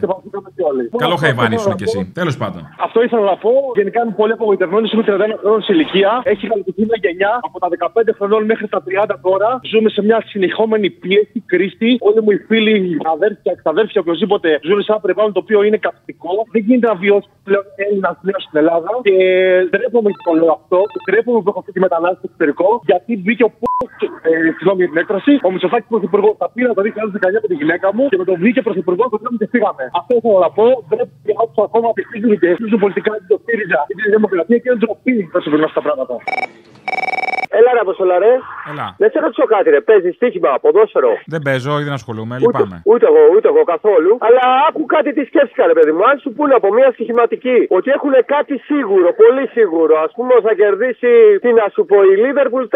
[SPEAKER 3] Καλό χαϊβάνι ήσουν κι εσύ. Τέλος πάντων.
[SPEAKER 27] Αυτό ήθελα να πω. Γενικά είμαι πολύ απογοητευμένος. Είμαι 31 χρόνων σε ηλικία. Έχει γαλακτηθεί μια γενιά από τα 15 χρονών μέχρι τα 30 τώρα. Ζούμε σε μια συνεχόμενη πίεση, κρίση. Όλοι μου οι φίλοι, οι αδέρφια, εξαδέρφια, οποιοδήποτε ζουν σε ένα περιβάλλον το οποίο είναι καυτικό. Δεν γίνεται να βιώσει πλέον Έλληνας πλέον στην Ελλάδα. Και ντρέπομαι που το λέω αυτό. Ντρέπομαι που έχω αυτή τη μετανάστευση στο εξωτερικό. Γιατί μπήκε ο π. Ε, συγγνώμη για την έκφραση. Ο Μητσοφάκη Πρωθυπουργός τα πήρα το 2019 με τη γυναίκα μου και με τον βγήκε Πρωθυπουργό το πήραμε και φύγαμε. Αυτό ήθελα να πω. Ντρέπομαι για όσου ακόμα ψηφίζουν και ψηφίζουν πολιτικά την ΣΥΡΙΖΑ ή την Δημοκρατία και δεν ντροπή θα συμβαίνουν αυτά τα πράγματα.
[SPEAKER 28] Έλα ρε Αποστολά, ρε.
[SPEAKER 3] Έλα.
[SPEAKER 28] Να σε ρωτήσω κάτι, ρε. Παίζεις τύχημα, ποδόσφαιρο.
[SPEAKER 3] Δεν παίζω, όχι δεν ασχολούμαι, Ναι, λυπάμαι.
[SPEAKER 28] Ούτε εγώ, ούτε εγώ καθόλου. Αλλά άκου κάτι τι σκέφτηκα, ρε παιδί μου. Αν σου πούνε από μια στοιχηματική ότι έχουν κάτι σίγουρο, πολύ σίγουρο. Ας πούμε ότι θα κερδίσει, τι να σου πω, η Λίβερπουλ 4-0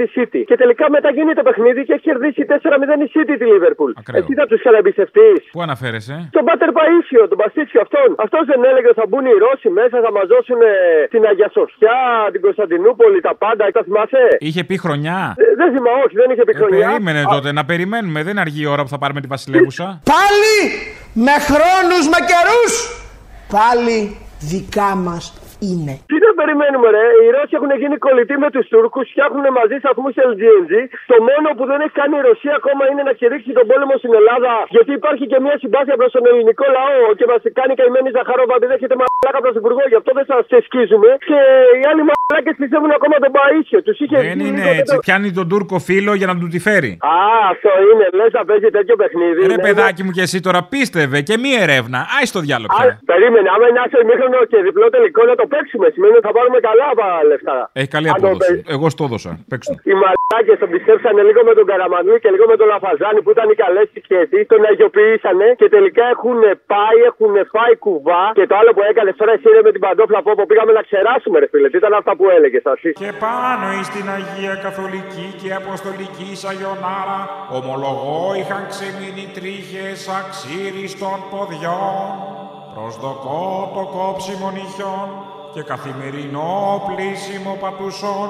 [SPEAKER 28] τη City. Και τελικά μετά γίνει το παιχνίδι και έχει κερδίσει 4-0 η City τη Λίβερπουλ.
[SPEAKER 3] Ακραίο.
[SPEAKER 28] Εσύ θα τους καταμπιστευτεί.
[SPEAKER 3] Πού αναφέρεσαι,
[SPEAKER 28] Τον Πάτερ Παΐσιο, τον Παστίτσιο αυτόν. Αυτός δεν έλεγε ότι θα μπουν οι Ρώσοι μέσα, θα μαζώσουν την Αγία Σοφιά, την Κωνσταντινούπολη, τα πάντα. Τα θυμάσαι.
[SPEAKER 3] Είχε πει χρονιά.
[SPEAKER 28] Ε, Δεν θυμάμαι, όχι, δεν είχε πει
[SPEAKER 3] Ε,
[SPEAKER 28] χρονιά.
[SPEAKER 3] περίμενε τότε, να περιμένουμε. Δεν αργεί η ώρα που θα πάρουμε τη
[SPEAKER 5] Ε,
[SPEAKER 3] Βασιλεύουσα.
[SPEAKER 12] Πάλι με χρόνους, με καιρούς. Πάλι δικά μας είναι.
[SPEAKER 28] Τι δεν περιμένουμε, ρε. Οι Ρώσοι έχουν γίνει κολλητοί με τους Τούρκους, φτιάχνουν μαζί σταθμούς LGNG. Το μόνο που δεν έχει κάνει η Ρωσία ακόμα είναι να κηρύξει τον πόλεμο στην Ελλάδα. Γιατί υπάρχει και μια συμπάθεια προς τον ελληνικό λαό και μας κάνει καημένη Ζαχαρόβα, επειδή έχετε μαλάκα πρωθυπουργό, γι' αυτό δεν σας σκίζουμε. Και οι άλλοι μαλάκες πιστεύουν ακόμα τον Παίσιο. Τους είχε
[SPEAKER 3] Δεν
[SPEAKER 28] βγει
[SPEAKER 3] είναι
[SPEAKER 28] λίγο
[SPEAKER 3] έτσι.
[SPEAKER 28] τέτοιο-
[SPEAKER 3] Πιάνει τον Τούρκο φίλο για να του τη φέρει. Ε,
[SPEAKER 28] Α, αυτό είναι. Λες να παίζει τέτοιο παιχνίδι.
[SPEAKER 3] Ρε
[SPEAKER 28] Ναι,
[SPEAKER 3] παιδάκι μου και εσύ τώρα πίστευε και μία ερεύνα. Άι στο διάλογο.
[SPEAKER 28] Α, περίμενε, άμα είναι άσο ημίχρονο και διπλό τελικό να το παίξουμε. Σημαίνει ότι θα πάρουμε καλά πα- λεφτά.
[SPEAKER 3] Έχει καλή
[SPEAKER 28] Αν το
[SPEAKER 3] απόδοση.
[SPEAKER 28] παί-
[SPEAKER 3] Εγώ στο έδωσα. Παίξτε.
[SPEAKER 28] Οι μαλάκες τον πιστέψανε λίγο με τον Καραμανλή και λίγο με τον Λαφαζάνη που ήταν οι καλές σχέδι. Τον αγιοποιήσανε και τελικά έχουν πάει, έχουν φάει κουβά. Και το άλλο που έκανες τώρα εσύ ρε, με την παντόφλα που πήγαμε να ξεράσουμε, ρε φίλε. Τι ήταν αυτά που έλεγες, εσύ.
[SPEAKER 3] Και πάνω εις την Αγία Καθολική και Αποστολική Σαγιονάρα ομολογώ είχαν ξεμείνει τρίχες αξίριστων ποδιών προσδοκώ το κόψιμο νυχιών και καθημερινό πλήσιμο πατουσών.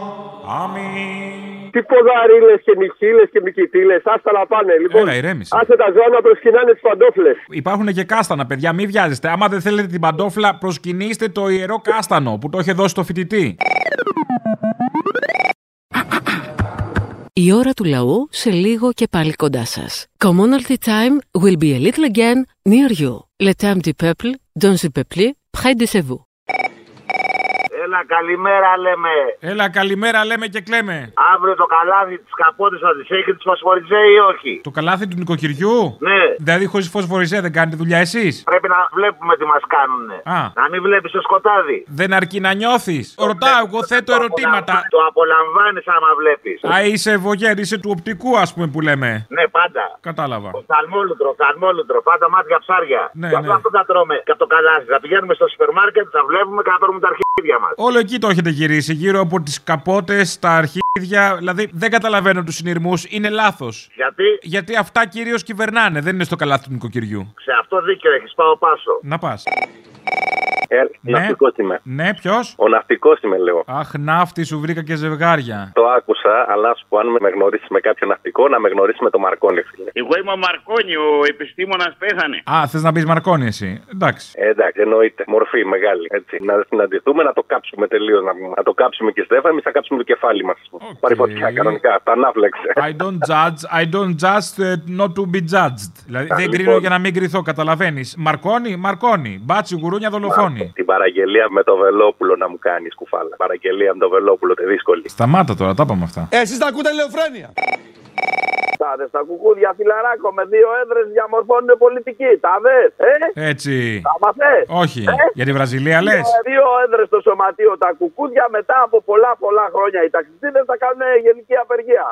[SPEAKER 3] Αμήν.
[SPEAKER 28] Τι ποδαρίλες και νυχίλε και μικητήλες, άστα να πάνε. Λοιπόν,
[SPEAKER 3] Έλα, ηρέμησε.
[SPEAKER 28] άσε τα ζώα να προσκυνάνε τις παντόφλες.
[SPEAKER 3] Υπάρχουν και κάστανα, παιδιά, μην βιάζεστε. Άμα δεν θέλετε την παντόφλα, προσκυνήστε το ιερό κάστανο που το είχε δώσει το φοιτητή.
[SPEAKER 6] Η ώρα του λαού σε λίγο και πάλι κοντά σας. Commonalty time will be a little again near you. Le temps du peuple, dans le peuple, près de chez vous.
[SPEAKER 29] Έλα, καλημέρα λέμε.
[SPEAKER 3] Έλα, καλημέρα λέμε και κλαίμε.
[SPEAKER 29] Αύριο το καλάδι τη καπότε θα της έχει τη φωσφοριζέ ή όχι.
[SPEAKER 3] Το καλάθι του νοικοκυριού.
[SPEAKER 29] Ναι.
[SPEAKER 3] Δηλαδή, χωρίς φωσφοριζέ δεν κάνετε δουλειά εσείς.
[SPEAKER 29] Πρέπει να βλέπουμε τι μας κάνουν.
[SPEAKER 3] Α.
[SPEAKER 29] Να μην βλέπεις το σκοτάδι.
[SPEAKER 3] Δεν αρκεί να νιώθεις. Ρωτάω, εγώ θέτω ερωτήματα.
[SPEAKER 29] Το απολαμβάνεις άμα βλέπεις.
[SPEAKER 3] Α, είσαι βογέρ, είσαι του οπτικού, ας πούμε που λέμε.
[SPEAKER 29] Ναι, πάντα.
[SPEAKER 3] Κατάλαβα.
[SPEAKER 29] Θαλμόλουτρο, θαλμόλουτρο, πάντα μάτια ψάρια.
[SPEAKER 3] Ναι,
[SPEAKER 29] και αυτό,
[SPEAKER 3] ναι.
[SPEAKER 29] αυτό θα τρώμε και από το καλάθι. Θα πηγαίνουμε στο σούπερ μάρκετ, θα βλέπουμε και θα παίρνουμε τα αρχίδια μας.
[SPEAKER 3] Όλο εκεί το έχετε γυρίσει, γύρω από τις καπότες, τα αρχίδια. Δηλαδή, δεν καταλαβαίνω τους συνειρμούς, είναι λάθος.
[SPEAKER 29] Γιατί
[SPEAKER 3] Γιατί αυτά κυρίως κυβερνάνε, δεν είναι στο καλάθι του νοικοκυριού.
[SPEAKER 29] σε αυτό δίκιο έχεις, πάω πάσο.
[SPEAKER 3] Να πας.
[SPEAKER 9] Ε,
[SPEAKER 3] Ναι.
[SPEAKER 9] Ναυτικός είμαι.
[SPEAKER 3] Ναι, ποιος.
[SPEAKER 9] Ο ναυτικός είμαι, λέω.
[SPEAKER 3] Αχ, ναύτη, σου βρήκα και ζευγάρια.
[SPEAKER 9] Το άκουσα, αλλά σου πω αν με γνωρίσει με κάποιο ναυτικό, να με γνωρίσει με τον Μαρκόνη, φίλε.
[SPEAKER 13] Εγώ είμαι ο Μαρκόνι, ο επιστήμονας πέθανε.
[SPEAKER 3] Α, θες να πεις Μαρκόνη εσύ. Εντάξει.
[SPEAKER 9] Ε, εντάξει, εννοείται. Μορφή μεγάλη. Έτσι. Να συναντηθούμε, να το κάψουμε τελείως. Να, να το κάψουμε και Στέφανη, εμείς θα κάψουμε το κεφάλι μας. Πάρει φωτιά κανονικά. Τα ανάφλεξε.
[SPEAKER 3] I don't judge, I don't judge uh, not to be judged. Δηλαδή
[SPEAKER 9] Α,
[SPEAKER 3] δεν
[SPEAKER 9] λοιπόν.
[SPEAKER 3] κρίνω για να μην κρυθώ, καταλαβαίνεις. Μαρκόνι, Μαρκόνι. Μπάτσι, γουρούνια, δολοφόνη.
[SPEAKER 9] Την παραγγελία με το Βελόπουλο να μου κάνεις κουφάλα. Παραγγελία με το Βελόπουλο, τη δύσκολη.
[SPEAKER 3] Σταμάτα τώρα, τα είπαμε αυτά.
[SPEAKER 30] Εσείς τα ακούτε ελεοφρένεια.
[SPEAKER 16] Τα δε στα κουκούδια, φιλαράκο, με δύο έδρες διαμορφώνουν πολιτική. Τα δες, ε!
[SPEAKER 3] Έτσι.
[SPEAKER 16] Τα μαθέ.
[SPEAKER 3] Όχι.
[SPEAKER 16] Ε?
[SPEAKER 3] Για τη Βραζιλία λες.
[SPEAKER 16] Δύο έδρες στο σωματείο. Τα κουκούδια μετά από πολλά πολλά χρόνια. Οι ταξιδίδε θα κάνουν γενική απεργία.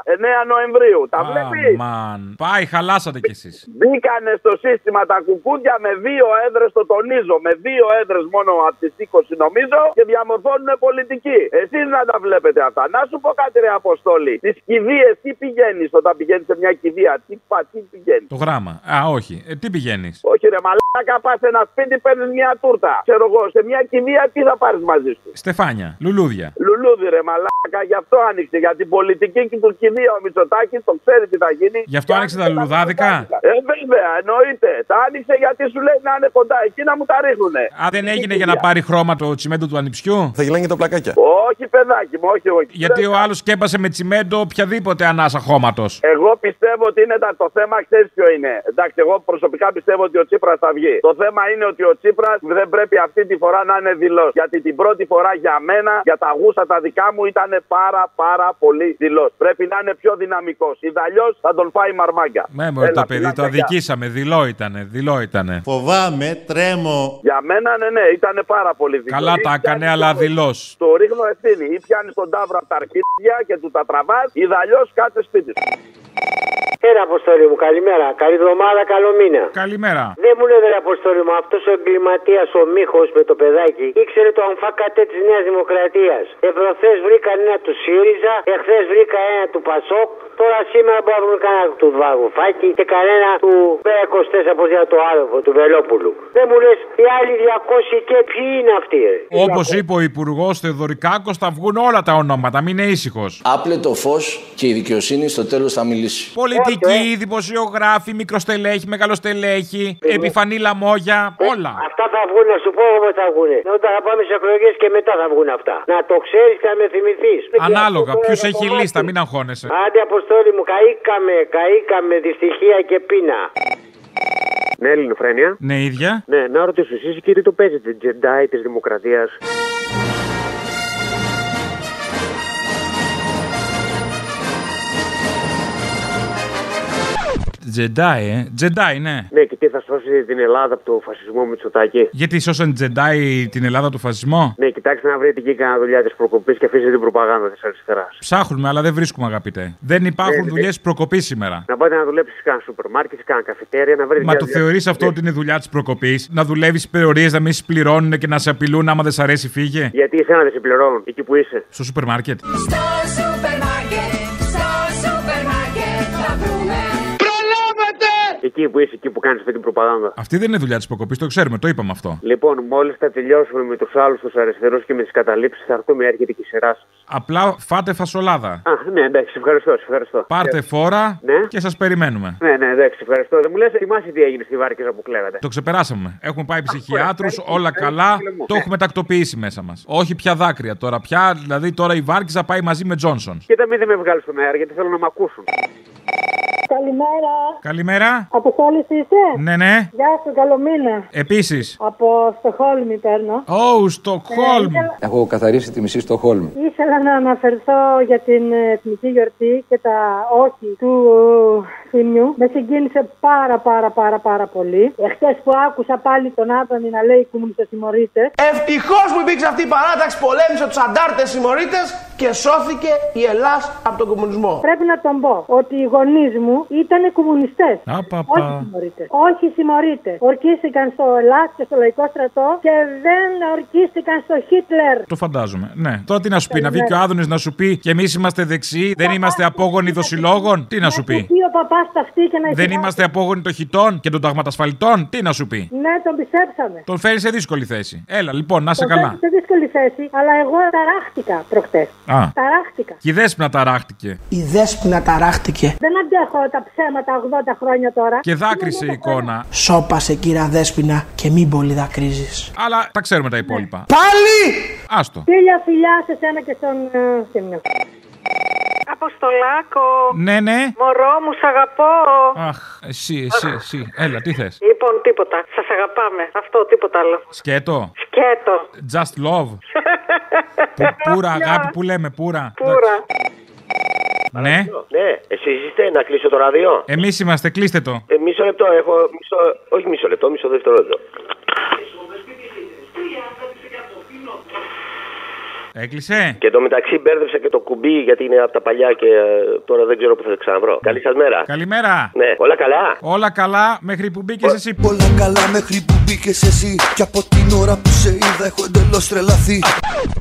[SPEAKER 16] 9 Νοεμβρίου. Τα βλέπει.
[SPEAKER 3] Αμάν. Πάει, χαλάσατε κι εσείς.
[SPEAKER 16] Μπήκανε στο σύστημα τα κουκούδια με δύο έδρες, το τονίζω. Με δύο έδρες μόνο από τις 20 νομίζω και διαμορφώνουν πολιτική. Εσείς να τα βλέπετε αυτά. Να σου πω κάτι, ρε Αποστόλη. Τις κηδείες, τι πηγαίνεις όταν πηγαίνεις σε μια κηδεία, τι, πα, τι πηγαίνεις.
[SPEAKER 3] Το γράμμα. Α, όχι. Ε, τι πηγαίνεις.
[SPEAKER 16] Όχι, ρε Μαλάκα, πας σε ένα σπίτι, παίρνεις μια τούρτα. Ξέρω εγώ, σε μια κηδεία τι θα πάρεις μαζί σου.
[SPEAKER 3] Στεφάνια, λουλούδια.
[SPEAKER 16] Λουλούδι, ρε Μαλάκα, γι' αυτό άνοιξε. Για την πολιτική και του κηδεία ο Μητσοτάκης το ξέρει τι θα γίνει.
[SPEAKER 3] Γι' αυτό άνοιξε τα λουλουδάδικα.
[SPEAKER 16] Ε, βέβαια, εννοείται. Τα άνοιξε γιατί σου λέει να είναι κοντά εκεί να μου τα ρίχνουνε.
[SPEAKER 3] Α, δεν έγινε για να πάρει χρώμα το τσιμέντο του ανιψιού. Θα γυλάνε και τα πλακάκια.
[SPEAKER 16] Όχι, παιδάκι μου, όχι, όχι.
[SPEAKER 3] Γιατί ο άλλος σκέπασε με τσιμέντο οποιαδήποτε ανάσα χώματος.
[SPEAKER 16] Εγώ πιστεύω ότι είναι τα- το θέμα, ξέρεις ποιο είναι. Εντάξει, εγώ προσωπικά πιστεύω ότι ο Τσίπρας θα βγει. Το θέμα είναι ότι ο Τσίπρας δεν πρέπει αυτή τη φορά να είναι δηλός. Γιατί την πρώτη φορά για μένα, για τα γούστα τα δικά μου, ήταν πάρα πάρα πολύ δηλός. Πρέπει να είναι πιο δυναμικός. Ιδαλλιώ θα τον φάει μαρμάγκα.
[SPEAKER 3] Ναι, μωρέ,
[SPEAKER 16] Έλα,
[SPEAKER 3] το παιδί, το
[SPEAKER 16] φιλάκια.
[SPEAKER 3] αδικήσαμε. Δειλό ήτανε, δειλό ήτανε.
[SPEAKER 2] Φοβάμαι, τρέμω.
[SPEAKER 16] Για μένα, ναι, ναι, ήταν πάρα πολύ δειλό.
[SPEAKER 3] Καλά τα έκανε, αλλά δειλό.
[SPEAKER 16] Το ρίχνω ευθύνη. Ή πιάνεις τον τάβρα από τα αρχίδια και του τα τραβάς, ή δαλλιώ κάτσε σπίτι σου.
[SPEAKER 14] Έλα, Αποστόλη μου, καλημέρα. Καλή εβδομάδα, καλό μήνα.
[SPEAKER 3] Καλημέρα.
[SPEAKER 14] Δεν μου λέει, ρε Αποστόλη μου, αυτός ο εγκληματίας ο Μίχος με το παιδάκι ήξερε το αμφάκατε της Νέας Δημοκρατίας. Επροχθέ βρήκα ένα του ΣΥΡΙΖΑ, εχθές βρήκα ένα του ΠΑΣΟΚ. Τώρα σήμερα μπορούν να βρουν κανένα του Βαγουφάκη και κανένα του ΠΕ24 από το άρροφο του Βελόπουλου. Δεν μου λες, οι άλλοι 200 και ποιοι είναι αυτοί, ρε.
[SPEAKER 3] Όπως είπε ο υπουργός Θεοδωρικάκος, θα βγουν όλα τα ονόματα. Μην είναι ήσυχος.
[SPEAKER 15] Άπλε το φως και η δικαιοσύνη στο τέλος θα μιλήσει.
[SPEAKER 3] Πολιτικοί, δημοσιογράφοι, μικροστελέχοι, μεγαλοστελέχοι, επιφανή λαμόγια, όλα.
[SPEAKER 14] Αυτά θα βγουν, να σου πω όμω θα βγουν. Όταν θα πάμε σε εκλογές και μετά θα βγουν αυτά. Να το ξέρεις και να με θυμηθείς.
[SPEAKER 3] Ανάλογα, ποιο έχει λίστα, μην αγχώνεσαι.
[SPEAKER 14] Άντε, Αποστόλη μου, καήκαμε, καήκαμε δυστυχία και πείνα.
[SPEAKER 31] Ναι, Ελληνοφρένια.
[SPEAKER 3] Ναι, ίδια.
[SPEAKER 31] Ναι, να ρωτήσω εσείς και τι το παίζετε, Τζεντάι της Δημοκρατίας.
[SPEAKER 3] Τζεντάι, ε. Τζεντάι, ναι.
[SPEAKER 31] Ναι, και τι θα σώσει την Ελλάδα από το φασισμό Μητσοτάκη.
[SPEAKER 3] Γιατί σώσαν Τζεντάι την Ελλάδα του φασισμό.
[SPEAKER 31] Ναι, κοιτάξτε να βρείτε εκεί κανένα δουλειά της προκοπής και αφήστε την προπαγάνδα της αριστεράς.
[SPEAKER 3] Ψάχνουμε, αλλά δεν βρίσκουμε, αγαπητέ. Δεν υπάρχουν
[SPEAKER 31] Ναι,
[SPEAKER 3] δουλειές προκοπής σήμερα.
[SPEAKER 31] Να πάτε να δουλέψει σε κανένα σούπερ μάρκετ, σε κανένα καφετέρια, να βρείτε.
[SPEAKER 3] Μα
[SPEAKER 31] μια
[SPEAKER 3] το
[SPEAKER 31] δουλειά.
[SPEAKER 3] θεωρείς αυτό ότι είναι δουλειά της προκοπής. Να δουλεύεις υπερορίε, να μην σε πληρώνουν και να σε απειλούν άμα δεν σ' αρέσει, φύγε.
[SPEAKER 31] Γιατί εσένα δεν σε πληρώνουν, εκεί που είσαι.
[SPEAKER 3] Στο σούπερ μάρκετ.
[SPEAKER 32] Στο σούπερ μάρκετ, στο σούπερ μάρκετ θα βρούμε. Προλάβατε!
[SPEAKER 31] Εκεί που είσαι, εκεί που κάνεις αυτή την προπαγάνδα.
[SPEAKER 3] Αυτή δεν είναι δουλειά της προκοπή, το ξέρουμε, το είπαμε αυτό.
[SPEAKER 31] Λοιπόν, μόλις θα τελειώσουμε με τους άλλους τους αριστερούς και με τις καταλήψεις, θα έρθουμε, έρχεται και η σειρά σας.
[SPEAKER 3] Απλά φάτε φασολάδα.
[SPEAKER 31] Α, ναι, εντάξει, σε ευχαριστώ, σε ευχαριστώ.
[SPEAKER 3] Πάρτε φόρα
[SPEAKER 31] Ναι.
[SPEAKER 3] και σας περιμένουμε.
[SPEAKER 31] Ναι, ναι, εντάξει, ευχαριστώ. Δεν μου λες, θυμάσαι τι έγινε στη Βάρκηζα που κλέβατε.
[SPEAKER 3] Το ξεπεράσαμε. Έχουμε πάει ψυχιάτρου, όλα καλά. Το έχουμε τακτοποιήσει μέσα μας. Όχι πια δάκρυα τώρα πια. Δηλαδή τώρα η Βάρκηζα πάει μαζί με Τζόνσον.
[SPEAKER 31] Κοίτα, μην δεν με βγάλεις στον αέρα, γιατί θέλω να με ακούσουν.
[SPEAKER 32] Καλημέρα.
[SPEAKER 3] Καλημέρα.
[SPEAKER 32] Αποστόλης είσαι.
[SPEAKER 3] Ναι, ναι.
[SPEAKER 32] Γεια σου, καλό μήνα.
[SPEAKER 3] Επίσης.
[SPEAKER 32] Από Στοχόλμη παίρνω.
[SPEAKER 3] Ω, Στοκχόλμη.
[SPEAKER 32] Ε, ήθελα-
[SPEAKER 15] Έχω καθαρίσει τη μισή στο Χόλμη.
[SPEAKER 32] Ήθελα να αναφερθώ για την ε, εθνική γιορτή και τα όχι του θύμιου. Με συγκίνησε πάρα πάρα πάρα πάρα πολύ. Εχθές που άκουσα πάλι τον Άδωνη να λέει «Κομμουνιστές τιμωρείτε.
[SPEAKER 12] Ευτυχώς που υπήρξε αυτή η παράταξη, πολέμησε τους αντάρτες συμμορίτες και σώθηκε η Ελλάς από τον κομμουνισμό.
[SPEAKER 32] Πρέπει να τον πω ότι οι γονείς μου ήταν κομμουνιστές. Όχι
[SPEAKER 12] Απαπα.
[SPEAKER 32] συμμορείτε. Όχι συμμορείτε. Ορκίστηκαν στο Ελλάς και στο Λαϊκό Στρατό και δεν ορκίστηκαν στο Χίτλερ.
[SPEAKER 3] Το φαντάζομαι. Ναι. Τώρα τι να σου πει, να βγει και ο Άδωνης να σου πει και εμείς είμαστε δεξιοί, δεν είμαστε απόγονοι δοσιλόγων. Τι να σου πει.
[SPEAKER 32] Ή ο παπάς τα αυτή και να
[SPEAKER 3] Δεν
[SPEAKER 32] ησυχάσει.
[SPEAKER 3] είμαστε απόγονοι των χιτών και των ταγματασφαλιτών. Τι να σου πει.
[SPEAKER 32] Ναι, τον πιστέψαμε.
[SPEAKER 3] Τον φέρει σε δύσκολη θέση. Έλα, λοιπόν, να είσαι
[SPEAKER 32] Τον
[SPEAKER 3] καλά.
[SPEAKER 32] θέτω σε δύσκολη θέση, αλλά εγώ ταράχτηκα προχτές.
[SPEAKER 3] Α.
[SPEAKER 32] Ταράχτηκα.
[SPEAKER 3] Και η δέσπινα ταράχτηκε.
[SPEAKER 12] Η δέσποινα ταράχτηκε.
[SPEAKER 32] Δεν αντέχω τα ψέματα 80 χρόνια τώρα.
[SPEAKER 3] Και δάκρυσε η εικόνα.
[SPEAKER 12] Σώπασε κύρα δέσποινα και μην πολύ δακρύζεις.
[SPEAKER 3] Αλλά τα ξέρουμε τα
[SPEAKER 33] Ναι.
[SPEAKER 3] υπόλοιπα.
[SPEAKER 12] Πάλι!
[SPEAKER 3] Άστο.
[SPEAKER 32] Χίλια φιλιά σε σένα και στον ε, Θήμιο.
[SPEAKER 34] Αποστολάκο.
[SPEAKER 3] Ναι, ναι.
[SPEAKER 34] Μωρό μου, σ' αγαπώ.
[SPEAKER 3] Αχ, εσύ, εσύ, εσύ. Έλα, τι θες.
[SPEAKER 34] Λοιπόν, τίποτα. Σας αγαπάμε. Αυτό, τίποτα άλλο.
[SPEAKER 3] Σκέτο.
[SPEAKER 34] Σκέτο.
[SPEAKER 3] Just love. Που- πούρα, αγάπη, που λέμε, πούρα.
[SPEAKER 34] Πούρα.
[SPEAKER 3] Ναι.
[SPEAKER 11] Ναι, εσείς είστε να κλείσω το ράδιο.
[SPEAKER 3] Εμείς είμαστε, κλείστε το.
[SPEAKER 11] Ε, μισό λεπτό, έχω. Μισό, όχι μισό λεπτό, μισό δευτερόλεπτο.
[SPEAKER 3] Έκλεισε.
[SPEAKER 11] Και το μεταξύ μπέρδεψα και το κουμπί γιατί είναι από τα παλιά και ε, τώρα δεν ξέρω που θα ξαναβρω. Καλή σας μέρα.
[SPEAKER 3] Καλημέρα.
[SPEAKER 11] Ναι, όλα καλά.
[SPEAKER 3] Όλα καλά μέχρι που μπήκες εσύ.
[SPEAKER 33] Όλα καλά μέχρι που μπήκες εσύ. Και από την ώρα που σε είδα έχω εντελώς τρελαθεί.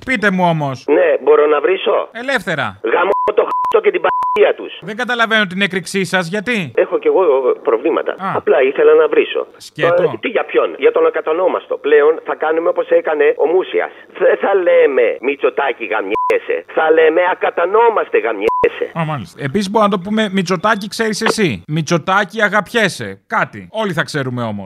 [SPEAKER 3] Πείτε μου όμως.
[SPEAKER 11] Ναι, μπορώ να βρίσω.
[SPEAKER 3] Ελεύθερα.
[SPEAKER 11] Γαμώ το χτό και την παγία τους.
[SPEAKER 3] Δεν καταλαβαίνω την έκρηξή σας γιατί.
[SPEAKER 11] Έχω κι εγώ ε, προβλήματα. Απλά ήθελα να βρίσω.
[SPEAKER 3] Σκέτο.
[SPEAKER 11] Τώρα, τι για ποιον, για τον ακατανόμαστο. Πλέον θα κάνουμε όπως έκανε ο Μούσιας. Δεν θα λέμε Μητσοτάκι γαμιέσαι. Θα λέμε ακατανόμαστε γαμιέσαι.
[SPEAKER 3] Α, μάλιστα. Επίσης μπορούμε να το πούμε Μητσοτάκι, ξέρεις εσύ. Μητσοτάκι, αγαπιέσαι. Κάτι. Όλοι θα ξέρουμε όμως.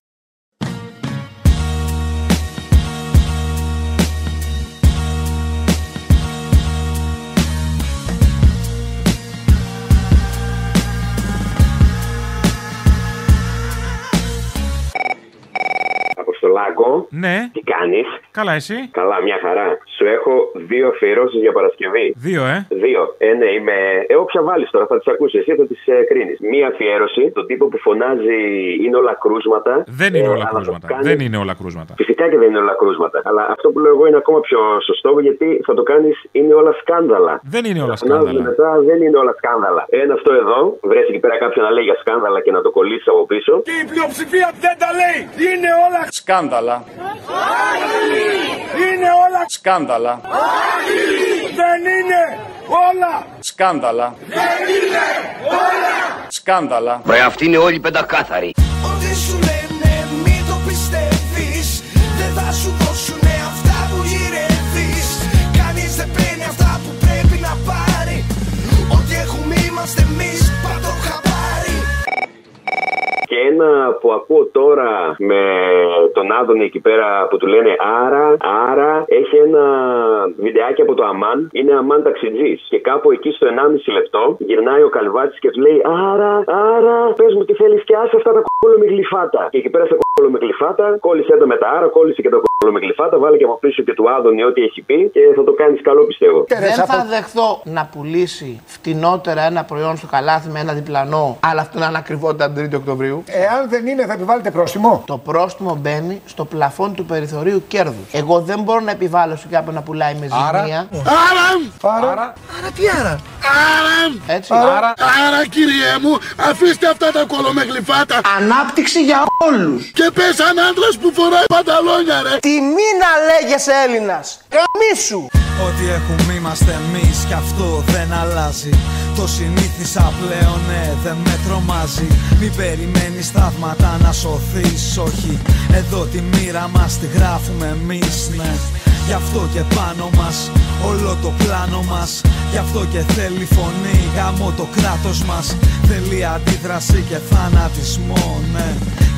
[SPEAKER 35] Αποστολάκο.
[SPEAKER 3] Ναι.
[SPEAKER 35] Τι κάνεις.
[SPEAKER 3] Καλά, εσύ.
[SPEAKER 35] Καλά, μια χαρά. Σου έχω δύο αφιερώσεις για Παρασκευή.
[SPEAKER 3] Δύο, ε.
[SPEAKER 35] Δύο. Ε, ναι, είμαι. Ε, όποια βάλεις τώρα, θα τις ακούσεις. Εσύ θα τις ε, κρίνεις. Μία αφιέρωση, τον τύπο που φωνάζει είναι όλα κρούσματα.
[SPEAKER 3] Δεν είναι
[SPEAKER 35] Ε,
[SPEAKER 3] όλα
[SPEAKER 35] αλλά το
[SPEAKER 3] κρούσματα.
[SPEAKER 35] κάνει-
[SPEAKER 3] Δεν είναι όλα κρούσματα.
[SPEAKER 35] Φυσικά και δεν είναι όλα κρούσματα. Αλλά αυτό που λέω εγώ είναι ακόμα πιο σωστό γιατί θα το κάνεις είναι όλα σκάνδαλα.
[SPEAKER 3] Δεν είναι όλα
[SPEAKER 35] Τα φωνάζουν
[SPEAKER 3] σκάνδαλα.
[SPEAKER 35] Μετά δεν είναι όλα σκάνδαλα. Ένα αυτό εδώ, βρέσει εκεί πέρα κάποιον να λέει για σκάνδαλα και να το κολλήσεις από πίσω.
[SPEAKER 5] Η πλειοψηφία δεν τα λέει. Είναι όλα σκάνδαλα. Είναι όλα σκάνδαλα. Δεν είναι όλα σκάνδαλα. Δεν είναι όλα σκάνδαλα.
[SPEAKER 16] Βρε, αυτή είναι όλοι πεντακάθαροι.
[SPEAKER 5] Ό,τι σου λένε μη το πιστεύεις Δεν θα σου δώσουνε αυτά που γυρεύεις Κανείς δεν παίρνει αυτά που πρέπει να πάρει Ό,τι έχουμε είμαστε εμείς πάντο χαμπάρι
[SPEAKER 35] Και ένα που ακούω τώρα με τον Άδωνη εκεί πέρα που του λένε Άρα, Άρα, έχει ένα βιντεάκι από το Αμάν. Είναι Αμάν ταξιτζής. Και κάπου εκεί στο 1,5 λεπτό γυρνάει ο Καλβάτης και του λέει Άρα, Άρα, πες μου τι θέλεις και άσε αυτά τα κόλλο με γλυφάτα. Και εκεί πέρα στα κόλλο με γλυφάτα, κόλλησε το με τα Άρα, κόλλησε και το κόλλο με γλυφάτα, βάλε και από πίσω και του Άδωνη ό,τι έχει πει και θα το κάνεις καλό πιστεύω.
[SPEAKER 12] Δεν θα δεχθώ να πουλήσει φτηνότερα ένα προϊόν στο καλάθι με ένα διπλανό, αλλά αυτό να είναι ακριβότερο την 3η Οκτωβρίου. Εάν δεν είναι, θα επιβάλλετε πρόστιμο. Το πρόστιμο μπαίνει στο πλαφόν του περιθωρίου κέρδους. Εγώ δεν μπορώ να επιβάλλω σε κάποιον να πουλάει με ζημία.
[SPEAKER 5] Άρα.
[SPEAKER 12] Άρα.
[SPEAKER 5] Άρα.
[SPEAKER 12] Άρα τι άρα.
[SPEAKER 5] Άρα,
[SPEAKER 12] Έτσι. Άρα.
[SPEAKER 5] άρα κύριε μου, αφήστε αυτά τα κολομεγλυφάτα.
[SPEAKER 12] Ανάπτυξη για όλους.
[SPEAKER 5] Και πες σαν άντρας που φοράει πανταλόνια, ρε.
[SPEAKER 12] Τιμή να λέγεσαι Έλληνας. Καμίσου.
[SPEAKER 36] Ό,τι έχουμε είμαστε εμείς κι αυτό δεν αλλάζει. Το συνήθισα πλέον, ναι, δεν με τρομάζει. Μην περιμένει θαύματα να σωθείς, όχι. Εδώ τη μοίρα μας τη γράφουμε εμείς, ναι. Γι' αυτό και πάνω μας, όλο το πλάνο μας. Γι' αυτό και θέλει φωνή, γάμο το κράτος μας. Θέλει αντίδραση και θανατισμό, ναι.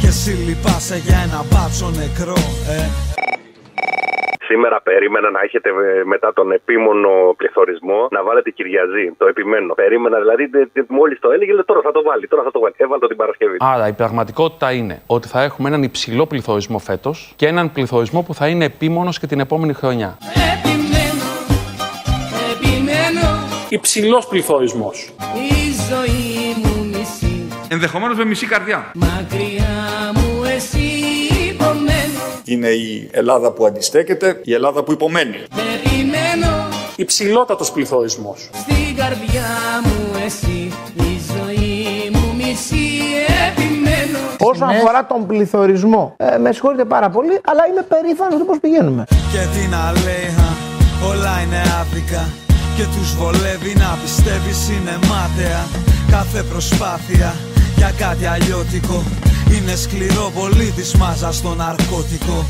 [SPEAKER 36] Και εσύ λυπάσαι για ένα μπάτσο νεκρό, ε.
[SPEAKER 6] Σήμερα περίμενα να έχετε ε, μετά τον επίμονο πληθωρισμό να βάλετε Κυριαζή. Το επιμένω. Περίμενα δηλαδή, μόλις το έλεγε, λέω, τώρα θα το βάλει. Τώρα θα το βάλει. Έβαλε το την Παρασκευή.
[SPEAKER 19] Άρα η πραγματικότητα είναι ότι θα έχουμε έναν υψηλό πληθωρισμό φέτος και έναν πληθωρισμό που θα είναι επίμονος και την επόμενη χρονιά.
[SPEAKER 5] Επιμένω, επιμένω.
[SPEAKER 19] Υψηλός πληθωρισμός.
[SPEAKER 37] ζωή μου μισή
[SPEAKER 3] Ενδεχομένως με μισή καρδιά.
[SPEAKER 37] Μακριά μου εσύ υπομένω
[SPEAKER 27] Είναι η Ελλάδα που αντιστέκεται, η Ελλάδα που υπομένει.
[SPEAKER 37] Περιμένω
[SPEAKER 27] Υψηλότατος πληθωρισμός.
[SPEAKER 37] στην καρδιά μου εσύ Η ζωή μου μισή επιμένω Ναι,
[SPEAKER 12] Όσον αφορά τον πληθωρισμό, ε, με συγχωρείτε πάρα πολύ, αλλά είμαι περήφανος του πώς πηγαίνουμε.
[SPEAKER 38] Και τι να λέει, α, όλα είναι άδικα Και τους βολεύει να πιστεύεις είναι μάταια Κάθε προσπάθεια για κάτι αλλιώτικο Είναι σκληρό πολύ της μάζας στο ναρκώτικο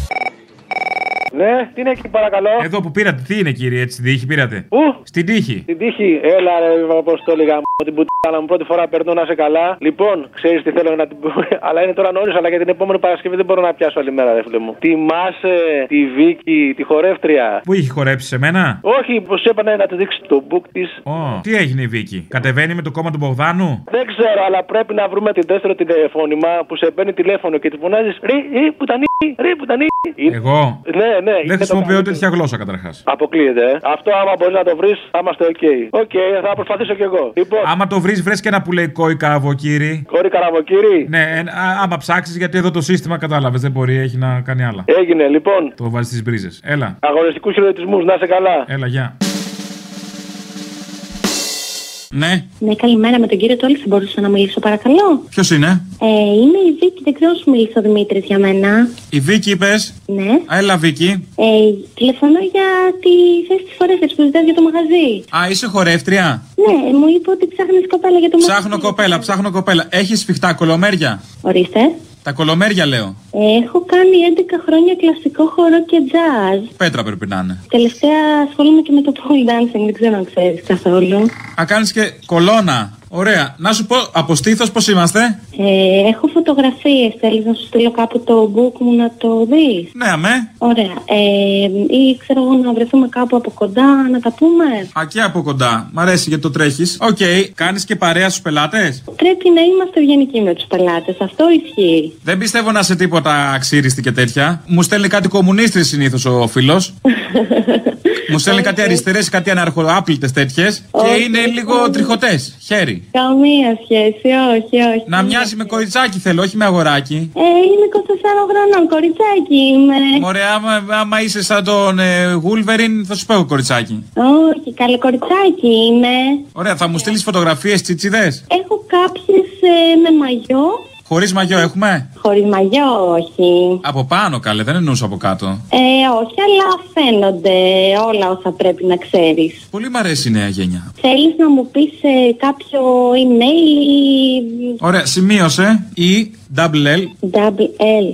[SPEAKER 29] Ναι, τι είναι εκεί παρακαλώ.
[SPEAKER 3] Εδώ που πήρατε, τι είναι κύριε, έτσι την τύχη πήρατε.
[SPEAKER 29] Πού?
[SPEAKER 3] Στην τύχη.
[SPEAKER 29] Την τύχη, έλα ρε, πώ το έλεγα. Μου την πουτάνα μου πρώτη φορά περνώ να σε καλά. Λοιπόν, ξέρεις τι θέλω να την πω. [LAUGHS] αλλά είναι τώρα νωρίς, αλλά για την επόμενη Παρασκευή δεν μπορώ να πιάσω άλλη μέρα, ρε φίλε μου. Τιμάσαι τη Βίκη, τη χορεύτρια.
[SPEAKER 3] Πού είχε χορέψει σε μένα.
[SPEAKER 29] Όχι, πως έπανε να τη δείξει το book της.
[SPEAKER 3] Ω, τι έγινε η Βίκη. Κατεβαίνει με το κόμμα του Μπογδάνου.
[SPEAKER 29] Δεν ξέρω, αλλά πρέπει να βρούμε την δεύτερο τηλεφώνημα που σε παίρνει τηλέφωνο και τη φωνάζεις Ρι, ρι, πουτανί, ρι, πουτανί.
[SPEAKER 3] Εγώ.
[SPEAKER 29] Ναι, ναι, είναι
[SPEAKER 3] Δεν
[SPEAKER 29] το
[SPEAKER 3] χρησιμοποιώ
[SPEAKER 29] καλύτερο.
[SPEAKER 3] τέτοια γλώσσα καταρχάς.
[SPEAKER 29] Αποκλείεται. ε. Αυτό άμα μπορεί να το βρεις, θα είμαστε οκ. Οκ, θα προσπαθήσω κι εγώ. Λοιπόν,
[SPEAKER 3] Άμα το βρεις, βρες και ένα που λέει κόη καραβοκύρι.
[SPEAKER 29] Κόρη καραβοκύρι.
[SPEAKER 3] Ναι, εν- α- άμα ψάξεις, γιατί εδώ το σύστημα κατάλαβες. Δεν μπορεί, έχει να κάνει άλλα.
[SPEAKER 19] Ε.
[SPEAKER 29] Έγινε, λοιπόν.
[SPEAKER 3] Το βάζεις στις μπρίζες. Έλα.
[SPEAKER 29] Αγωνιστικούς χειροκροτισμού, να είσαι καλά.
[SPEAKER 3] Έλα, γεια. Ναι.
[SPEAKER 29] Ναι, καλημέρα με τον κύριο Τόλης. Θα μπορούσα να μιλήσω, παρακαλώ.
[SPEAKER 3] Ποιος είναι.
[SPEAKER 29] Ε, είμαι η Βίκη, δεν ξέρω αν σου μίλησε ο Δημήτρης για μένα.
[SPEAKER 3] Η Βίκη είπες.
[SPEAKER 29] Ναι.
[SPEAKER 3] Έλα, Βίκη.
[SPEAKER 29] Ε, τηλεφωνώ για τη θέση της φορέστερη που ζητάς για το μαγαζί.
[SPEAKER 3] Α, είσαι χορεύτρια.
[SPEAKER 29] Ναι, μου είπε ότι ψάχνεις κοπέλα για το μαγαζί.
[SPEAKER 3] Ψάχνω κοπέλα, ψάχνω κοπέλα. Έχεις σφιχτά κολομέρια.
[SPEAKER 29] Ορίστε.
[SPEAKER 3] Τα κολομέρια λέω.
[SPEAKER 29] Ε, έχω κάνει 11 χρόνια κλασικό χορό και jazz.
[SPEAKER 3] Πέτρα πρέπει να είναι.
[SPEAKER 29] Τελευταία ασχολούμαι και με το pole dancing, δεν ξέρω αν ξέρεις καθόλου.
[SPEAKER 3] Α, κάνεις και κολόνα. Ωραία. Να σου πω, από στήθο πώς είμαστε.
[SPEAKER 29] Ε, έχω φωτογραφίες. Θέλεις να σου στείλω κάπου το book μου να το δεις.
[SPEAKER 3] Ναι, αμέ.
[SPEAKER 29] Ωραία. Ε, ή ξέρω εγώ να βρεθούμε κάπου από κοντά να τα πούμε.
[SPEAKER 3] Α, και από κοντά. Μ' αρέσει γιατί το τρέχεις. Οκ, κάνεις και παρέα στους πελάτες.
[SPEAKER 29] Πρέπει να είμαστε ευγενικοί με τους πελάτες. Αυτό ισχύει.
[SPEAKER 3] Δεν πιστεύω να είσαι τίποτα ξύριστη και τέτοια. Μου στέλνει κάτι κομμουνίστρη συνήθως ο φίλος. Μου στέλνει κάτι αριστερές, κάτι αναρχοάπλητες τέτοιες. Και είναι λίγο τριχωτές. Χέρι.
[SPEAKER 29] Καμία σχέση, όχι, όχι.
[SPEAKER 3] Να μοιάζει με κοριτσάκι θέλω, όχι με αγοράκι.
[SPEAKER 29] Ε, είμαι 24 χρονών, κοριτσάκι είμαι.
[SPEAKER 3] Μωρέ, άμα, άμα είσαι σαν τον ε, Wolverine, θα σου πω εγώ, κοριτσάκι.
[SPEAKER 29] Όχι, καλό κοριτσάκι είμαι.
[SPEAKER 3] Ωραία, θα μου στείλεις φωτογραφίες τσιτσιδές.
[SPEAKER 29] Έχω κάποιες ε, με μαγιό.
[SPEAKER 3] Χωρίς μαγιό έχουμε.
[SPEAKER 29] Χωρίς μαγιό, όχι.
[SPEAKER 3] Από πάνω καλέ, δεν εννοούσα από κάτω.
[SPEAKER 29] Ε, όχι, αλλά φαίνονται όλα όσα πρέπει να ξέρεις.
[SPEAKER 3] Πολύ μ' αρέσει η νέα γενιά.
[SPEAKER 29] Θέλεις να μου πεις ε, κάποιο email ή
[SPEAKER 3] Ωραία, σημείωσε. E double L
[SPEAKER 29] double L,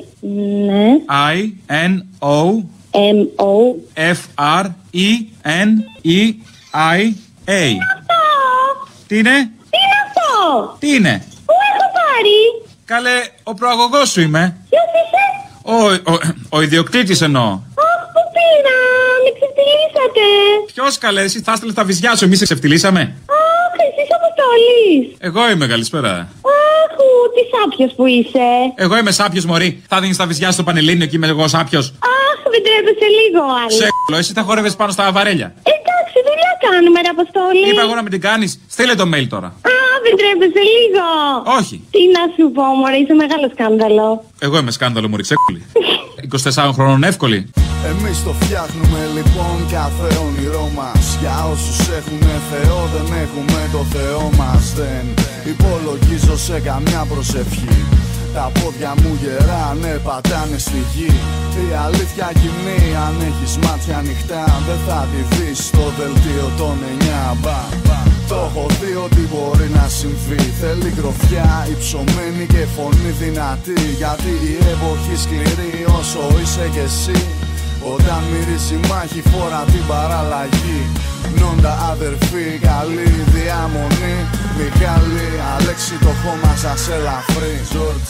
[SPEAKER 29] ναι,
[SPEAKER 3] I N O
[SPEAKER 29] M, O.
[SPEAKER 3] F R E N E I A. Τι είναι?
[SPEAKER 29] Τι είναι αυτό?
[SPEAKER 3] Τι είναι?
[SPEAKER 29] Πού έχω πάρει?
[SPEAKER 3] Καλέ, ο προαγωγός σου είμαι.
[SPEAKER 29] Ποιος είσαι?
[SPEAKER 3] Ο, ο, ο ιδιοκτήτης εννοώ.
[SPEAKER 29] Αχ, που πήρα, με ξεφτυλίσατε.
[SPEAKER 3] Ποιος καλέ, εσύ θα έστειλε τα βυζιά σου, εμείς σε ξεφτυλίσαμε.
[SPEAKER 29] Αχ, εσείς αποστολής.
[SPEAKER 3] Εγώ είμαι, καλησπέρα.
[SPEAKER 29] Αχ, ου, τι σάπιος που είσαι.
[SPEAKER 3] Εγώ είμαι σάπιος μωρή. Θα δίνεις τα βυζιά στο πανελίνιο και είμαι εγώ σάπιος.
[SPEAKER 29] Αχ, δεν τρέπεσαι λίγο, Άλλη.
[SPEAKER 3] Σε κ***λο, εσύ θα χόρευε πάνω στα βαρέλια.
[SPEAKER 29] Εντάξει, δουλειά κάνουμε, ρε Αποστολή.
[SPEAKER 3] Είπα εγώ να μην την κάνεις. Στείλε το mail τώρα.
[SPEAKER 29] Α, δεν τρέπεσαι λίγο.
[SPEAKER 3] Όχι.
[SPEAKER 29] Τι να σου πω, μωρέ, είσαι μεγάλο σκάνδαλο.
[SPEAKER 3] Εγώ είμαι σκάνδαλο, μωρή ξεκούλη. 24 χρόνων εύκολη.
[SPEAKER 38] Εμείς το φτιάχνουμε λοιπόν κάθε όνειρό μας Για όσους έχουν Θεό δεν έχουμε το Θεό μας Δεν υπολογίζω σε καμιά προσευχή Τα πόδια μου γερά ναι πατάνε στη γη Η αλήθεια κοινή αν έχεις μάτια ανοιχτά Δεν θα τη δεις στο δελτίο των 9 μπα, μπα. Το έχω δει ότι μπορεί να συμβεί Θέλει γροφιά, υψωμένη και φωνή δυνατή Γιατί η εποχή σκληρή όσο είσαι κι εσύ όταν μυρίζει μάχη φορά την παραλλαγή Νόντα αδερφή, καλή διαμονή Μιχάλη, Αλέξη το χώμα σας ελαφρύ George.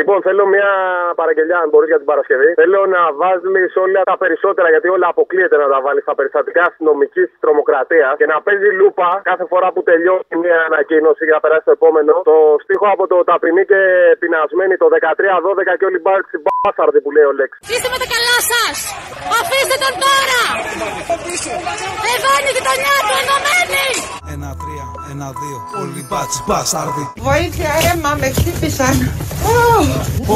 [SPEAKER 28] Λοιπόν, θέλω μια παραγγελιά, αν μπορείς για την Παρασκευή. Θέλω να βάζεις όλα τα περισσότερα, γιατί όλα αποκλείεται να τα βάλεις στα περιστατικά αστυνομικής τρομοκρατίας και να παίζει λούπα κάθε φορά που τελειώνει μια ανακοίνωση για να περάσει το επόμενο. Το στίχο από το ταπεινή και πεινασμένη το 13-12 και όλοι μπάρξει μπάσαρδι που λέει ο Λέξ.
[SPEAKER 26] Είστε με τα καλά σας! Αφήστε τον τώρα! Εδώ είναι η γειτονιά του ενωμένη!
[SPEAKER 38] Ένα τρία, ένα
[SPEAKER 13] ένα-δύο. Όλοι μπάτσι μπάσταρδοι.
[SPEAKER 39] Βοήθεια, αίμα, με χτύπησαν. Ω,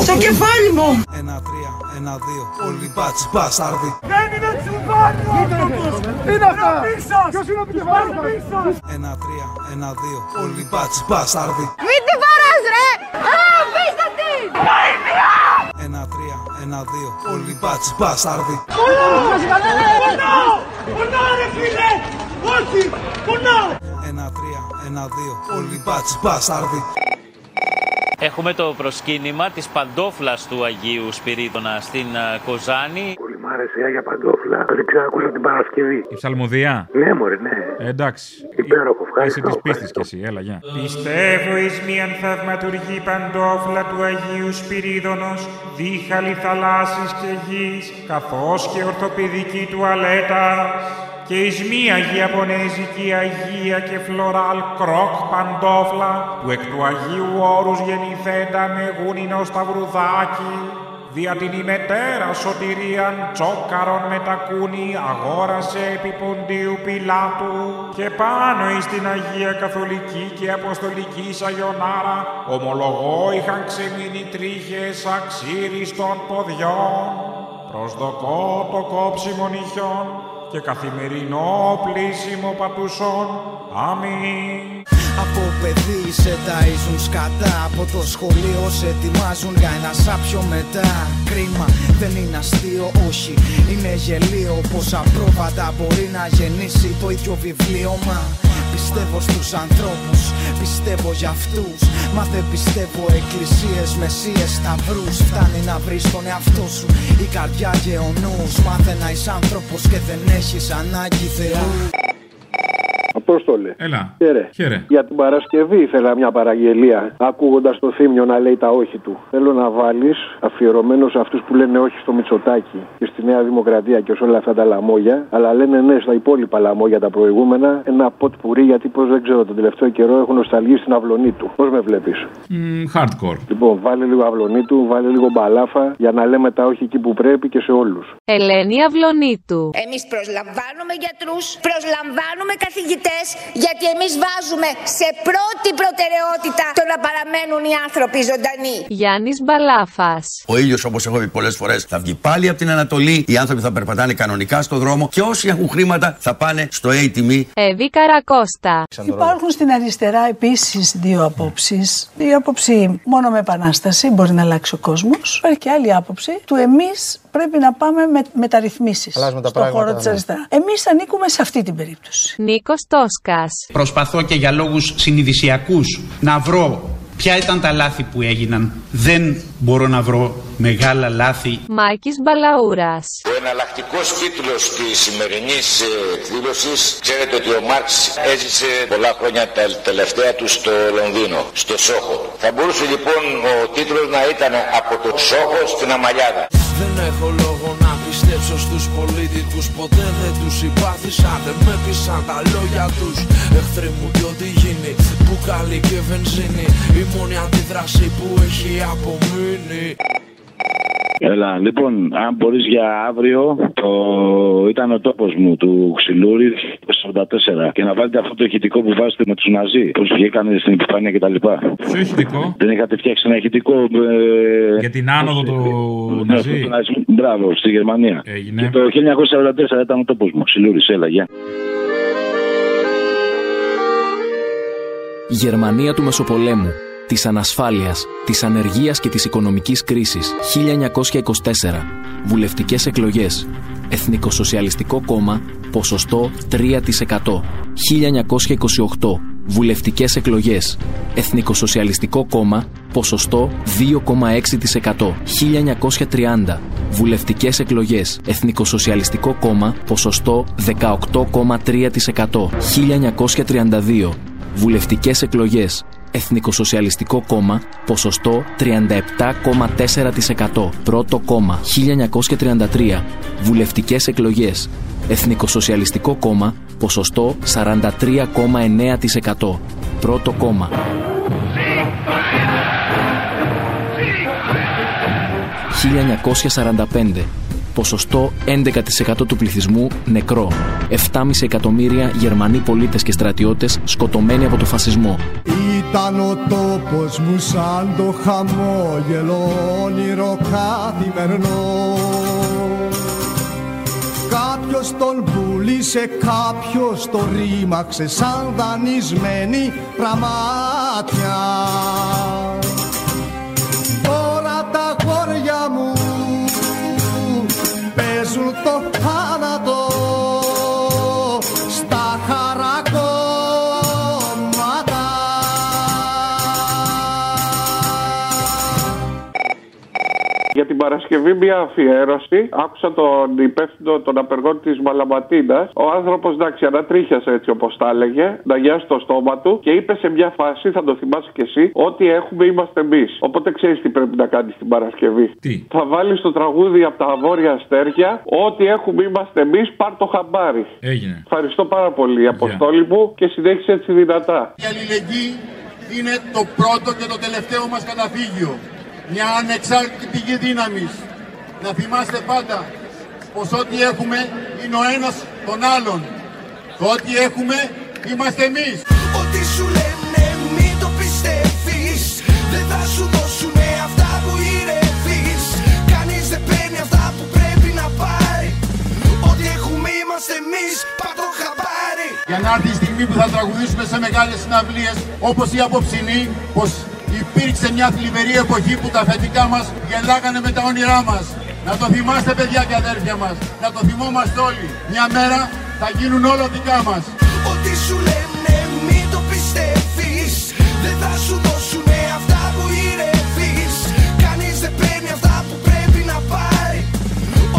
[SPEAKER 39] στο κεφάλι μου.
[SPEAKER 13] Ένα-τρία, ένα-δύο. Όλοι μπάτσι μπάσταρδοι.
[SPEAKER 5] Δεν είναι τσιμπάνι ο άνθρωπος! Είναι αυτά! Ποιος είναι ο επικεφαλής μας!
[SPEAKER 13] Ένα-τρία, ένα-δύο. Όλοι μπάτσι μπάσταρδοι.
[SPEAKER 5] Μην την παράς ρε! Α, πείστε τη! Βοήθεια!
[SPEAKER 13] Ένα-τρία, ένα-δύο. Όλοι μπάτσι μπάσταρδοι.
[SPEAKER 5] Πονώ! Πονώ! Πονώ ρε φίλε! Όχι! Πονώ!
[SPEAKER 13] Ένα-τρία, ένα-δύο. Όλοι μπάτσι μπάσταρδοι.
[SPEAKER 10] Έχουμε το προσκύνημα της παντόφλας του Αγίου Σπυρίδωνα στην ε, Κοζάνη.
[SPEAKER 40] Μ' άρεσε η Άγια Παντόφλα. Την ξανακούσα την Παρασκευή.
[SPEAKER 31] Η ψαλμοδία.
[SPEAKER 40] Ναι, μωρέ, ναι.
[SPEAKER 31] Ε, εντάξει.
[SPEAKER 40] Υπέροχο,
[SPEAKER 31] Είσαι
[SPEAKER 40] ευχαριστώ.
[SPEAKER 31] της πίστης κι εσύ, έλα, γεια.
[SPEAKER 3] Πιστεύω εις μίαν θαυματουργή παντόφλα του Αγίου Σπυρίδωνος, δίχαλη θαλάσσης και γης, καθώς και ορθοπηδική τουαλέτα, και εις μία Ιαπωνέζικη Αγία και φλωράλ κρόκ παντόφλα, που εκ του Αγίου Όρους γεννηθέντα με γούνινο σταυρουδάκι, Δια την ημετέρα σωτηρίαν τσόκαρον με τα κούνη αγόρασε επί ποντίου Πιλάτου και πάνω εις την Αγία Καθολική και Αποστολική Σαγιονάρα ομολογώ είχαν ξεμείνει τρίχες αξίριστων ποδιών προσδοκώ το κόψιμο νυχιών και καθημερινό πλήσιμο πατουσών. Αμήν.
[SPEAKER 22] Από παιδί σε ταΐζουν σκατά Από το σχολείο σε ετοιμάζουν για ένα σάπιο μετά Κρίμα δεν είναι αστείο όχι Είναι γελίο πως απρόβατα μπορεί να γεννήσει το ίδιο βιβλίο Μα πιστεύω στους ανθρώπους Πιστεύω για αυτούς Μα δεν πιστεύω εκκλησίες, μεσίες, σταυρούς Φτάνει να βρεις τον εαυτό σου Η καρδιά και ο νους Μάθε να είσαι άνθρωπος και δεν έχεις ανάγκη Θεού
[SPEAKER 18] Απόστολε.
[SPEAKER 31] Έλα.
[SPEAKER 18] Χαίρε.
[SPEAKER 31] Χαίρε.
[SPEAKER 18] Για την Παρασκευή ήθελα μια παραγγελία. Ακούγοντας το θύμιο να λέει τα όχι του. Θέλω να βάλεις αφιερωμένος σε αυτούς που λένε όχι στο Μητσοτάκι και στη Νέα Δημοκρατία και σε όλα αυτά τα λαμόγια. Αλλά λένε ναι στα υπόλοιπα λαμόγια τα προηγούμενα. Ένα ποτ πουρί γιατί πώς δεν ξέρω τον τελευταίο καιρό έχουν νοσταλγίσει την αυλωνή του. Πώς με βλέπεις.
[SPEAKER 31] Μμ, hardcore.
[SPEAKER 18] Λοιπόν, βάλε λίγο αυλωνή του, βάλε λίγο μπαλάφα για να λέμε τα όχι εκεί που πρέπει και σε όλους. Ελένη Αυλονίτου.
[SPEAKER 29] Εμείς προσλαμβάνουμε γιατρούς, προσλαμβάνουμε καθηγητές, γιατί εμείς βάζουμε σε πρώτη προτεραιότητα το να παραμένουν οι άνθρωποι ζωντανοί.
[SPEAKER 18] Γιάννης Μπαλάφας.
[SPEAKER 41] Ο ήλιος, όπως έχω πει πολλές φορές, θα βγει πάλι από την Ανατολή. Οι άνθρωποι θα περπατάνε κανονικά στο δρόμο και όσοι έχουν χρήματα θα πάνε στο ATM.
[SPEAKER 18] Εβή Καρακώστα.
[SPEAKER 41] Υπάρχουν στην αριστερά επίσης δύο απόψει. Η άποψη μόνο με επανάσταση μπορεί να αλλάξει ο κόσμος. Υπάρχει και άλλη άποψη του εμείς πρέπει να πάμε με μεταρρυθμίσεις
[SPEAKER 42] Αλλάζουμε τα
[SPEAKER 41] στον
[SPEAKER 42] πράγματα,
[SPEAKER 41] χώρο της
[SPEAKER 42] ναι.
[SPEAKER 41] αριστερά. Εμείς ανήκουμε σε αυτή την περίπτωση.
[SPEAKER 18] Νίκος Τόσκας.
[SPEAKER 42] Προσπαθώ και για λόγους συνειδησιακούς να βρω ποια ήταν τα λάθη που έγιναν. Δεν μπορώ να βρω μεγάλα λάθη.
[SPEAKER 18] Μάκης Μπαλαούρας.
[SPEAKER 25] Ο εναλλακτικός τίτλος της σημερινής εκδήλωση, ε, ξέρετε ότι ο Μάρξ έζησε πολλά χρόνια τα τελευταία του στο Λονδίνο, στο Σόχο. Θα μπορούσε λοιπόν ο τίτλος να ήταν Από το Σόχο στην Αμαλιάδα.
[SPEAKER 43] Δεν έχω λόγο να πιστέψω στους πολίτικους Ποτέ δεν τους συμπάθησα, δεν με πείσαν τα λόγια τους Εχθροί μου κι ό,τι γίνει, μπουκάλι και βενζίνη Η μόνη αντίδραση που έχει απομείνει
[SPEAKER 7] Έλα, λοιπόν, αν μπορείς για αύριο, το... ήταν ο τόπος μου του Ξυλούρη το 44 και να βάλετε αυτό το ηχητικό που βάζετε με τους Ναζί, πώς βγήκανε στην επιφάνεια κτλ.
[SPEAKER 31] Ποιο ηχητικό?
[SPEAKER 7] Δεν είχατε φτιάξει ένα ηχητικό... Ε... ναι,
[SPEAKER 31] Για την άνοδο του Ναζί.
[SPEAKER 7] Μπράβο, στη Γερμανία.
[SPEAKER 31] Έγινε.
[SPEAKER 7] Και το 1944 ήταν ο τόπος μου, Ξυλούρης, έλα, γεια.
[SPEAKER 44] Γερμανία του Μεσοπολέμου, της ανασφάλειας, της ανεργίας και της οικονομικής κρίσης 1924, βουλευτικές εκλογές, Εθνικοσοσιαλιστικό κόμμα, ποσοστό 3%. 1928, βουλευτικές εκλογές, Εθνικοσοσιαλιστικό κόμμα, ποσοστό 2,6%. 1930, βουλευτικές εκλογές, Εθνικοσοσιαλιστικό κόμμα, ποσοστό 18,3%. 1932, Βουλευτικές εκλογές. Εθνικοσοσιαλιστικό κόμμα, ποσοστό 37,4%. Πρώτο κόμμα, 1933. Βουλευτικές εκλογές. Εθνικοσοσιαλιστικό κόμμα, ποσοστό 43,9%. Πρώτο κόμμα. ποσοστό 11% του πληθυσμού νεκρό. 7,5 εκατομμύρια Γερμανοί πολίτες και στρατιώτες σκοτωμένοι από το φασισμό.
[SPEAKER 24] Ήταν ο τόπος μου σαν το χαμόγελο όνειρο καθημερινό Κάποιος τον πουλήσε, κάποιος τον ρήμαξε σαν δανεισμένη πραμάτια Τώρα τα χώρια μου παίζουν το θάνατο στα χαρακόμματα Για την Παρασκευή μια αφιέρωση. Άκουσα τον υπεύθυνο των απεργών της Μαλαματίνας. Ο άνθρωπος, εντάξει, ανατρίχιασε έτσι όπως τα έλεγε, να γιάσει το στόμα του και είπε σε μια φάση, θα το θυμάσαι κι εσύ, Ό,τι έχουμε είμαστε εμείς. Οπότε ξέρεις τι πρέπει να κάνεις την Παρασκευή.
[SPEAKER 45] Τι.
[SPEAKER 24] Θα βάλεις το τραγούδι από τα βόρεια αστέρια. Ό,τι έχουμε είμαστε εμείς, πάρ το χαμπάρι.
[SPEAKER 3] Ε, ναι.
[SPEAKER 45] Έγινε.
[SPEAKER 24] Ευχαριστώ πάρα πολύ, Αποστόλη μου, και συνέχισε έτσι δυνατά.
[SPEAKER 46] Η αλληλεγγύη είναι το πρώτο και το τελευταίο μας καταφύγιο. Μια ανεξάρτητη πηγή δύναμης. Να θυμάστε πάντα πως ό,τι έχουμε είναι ο ένας τον άλλον. Το ό,τι έχουμε είμαστε εμείς.
[SPEAKER 5] Ό,τι σου λένε μην το πιστεύεις Δεν θα σου δώσουνε αυτά που ηρεύεις Κανείς δεν παίρνει αυτά που πρέπει να πάρει Ό,τι έχουμε είμαστε εμείς Πατώ χαμπάρι
[SPEAKER 46] Για να έρθει η στιγμή που θα τραγουδήσουμε σε μεγάλες συναυλίες όπως η απόψινή πως υπήρξε μια θλιβερή εποχή που τα αφεντικά μας γελάγανε με τα όνειρά μας. Να το θυμάστε παιδιά και αδέρφια μας. Να το θυμόμαστε όλοι. Μια μέρα θα γίνουν όλα δικά μας.
[SPEAKER 5] Ό,τι σου λένε μην το πιστεύεις Δεν θα σου δώσουνε αυτά που ηρεύεις Κανείς δεν παίρνει αυτά που πρέπει να πάρει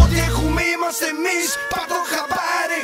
[SPEAKER 5] Ό,τι έχουμε είμαστε εμείς Πατώ χαμπάρι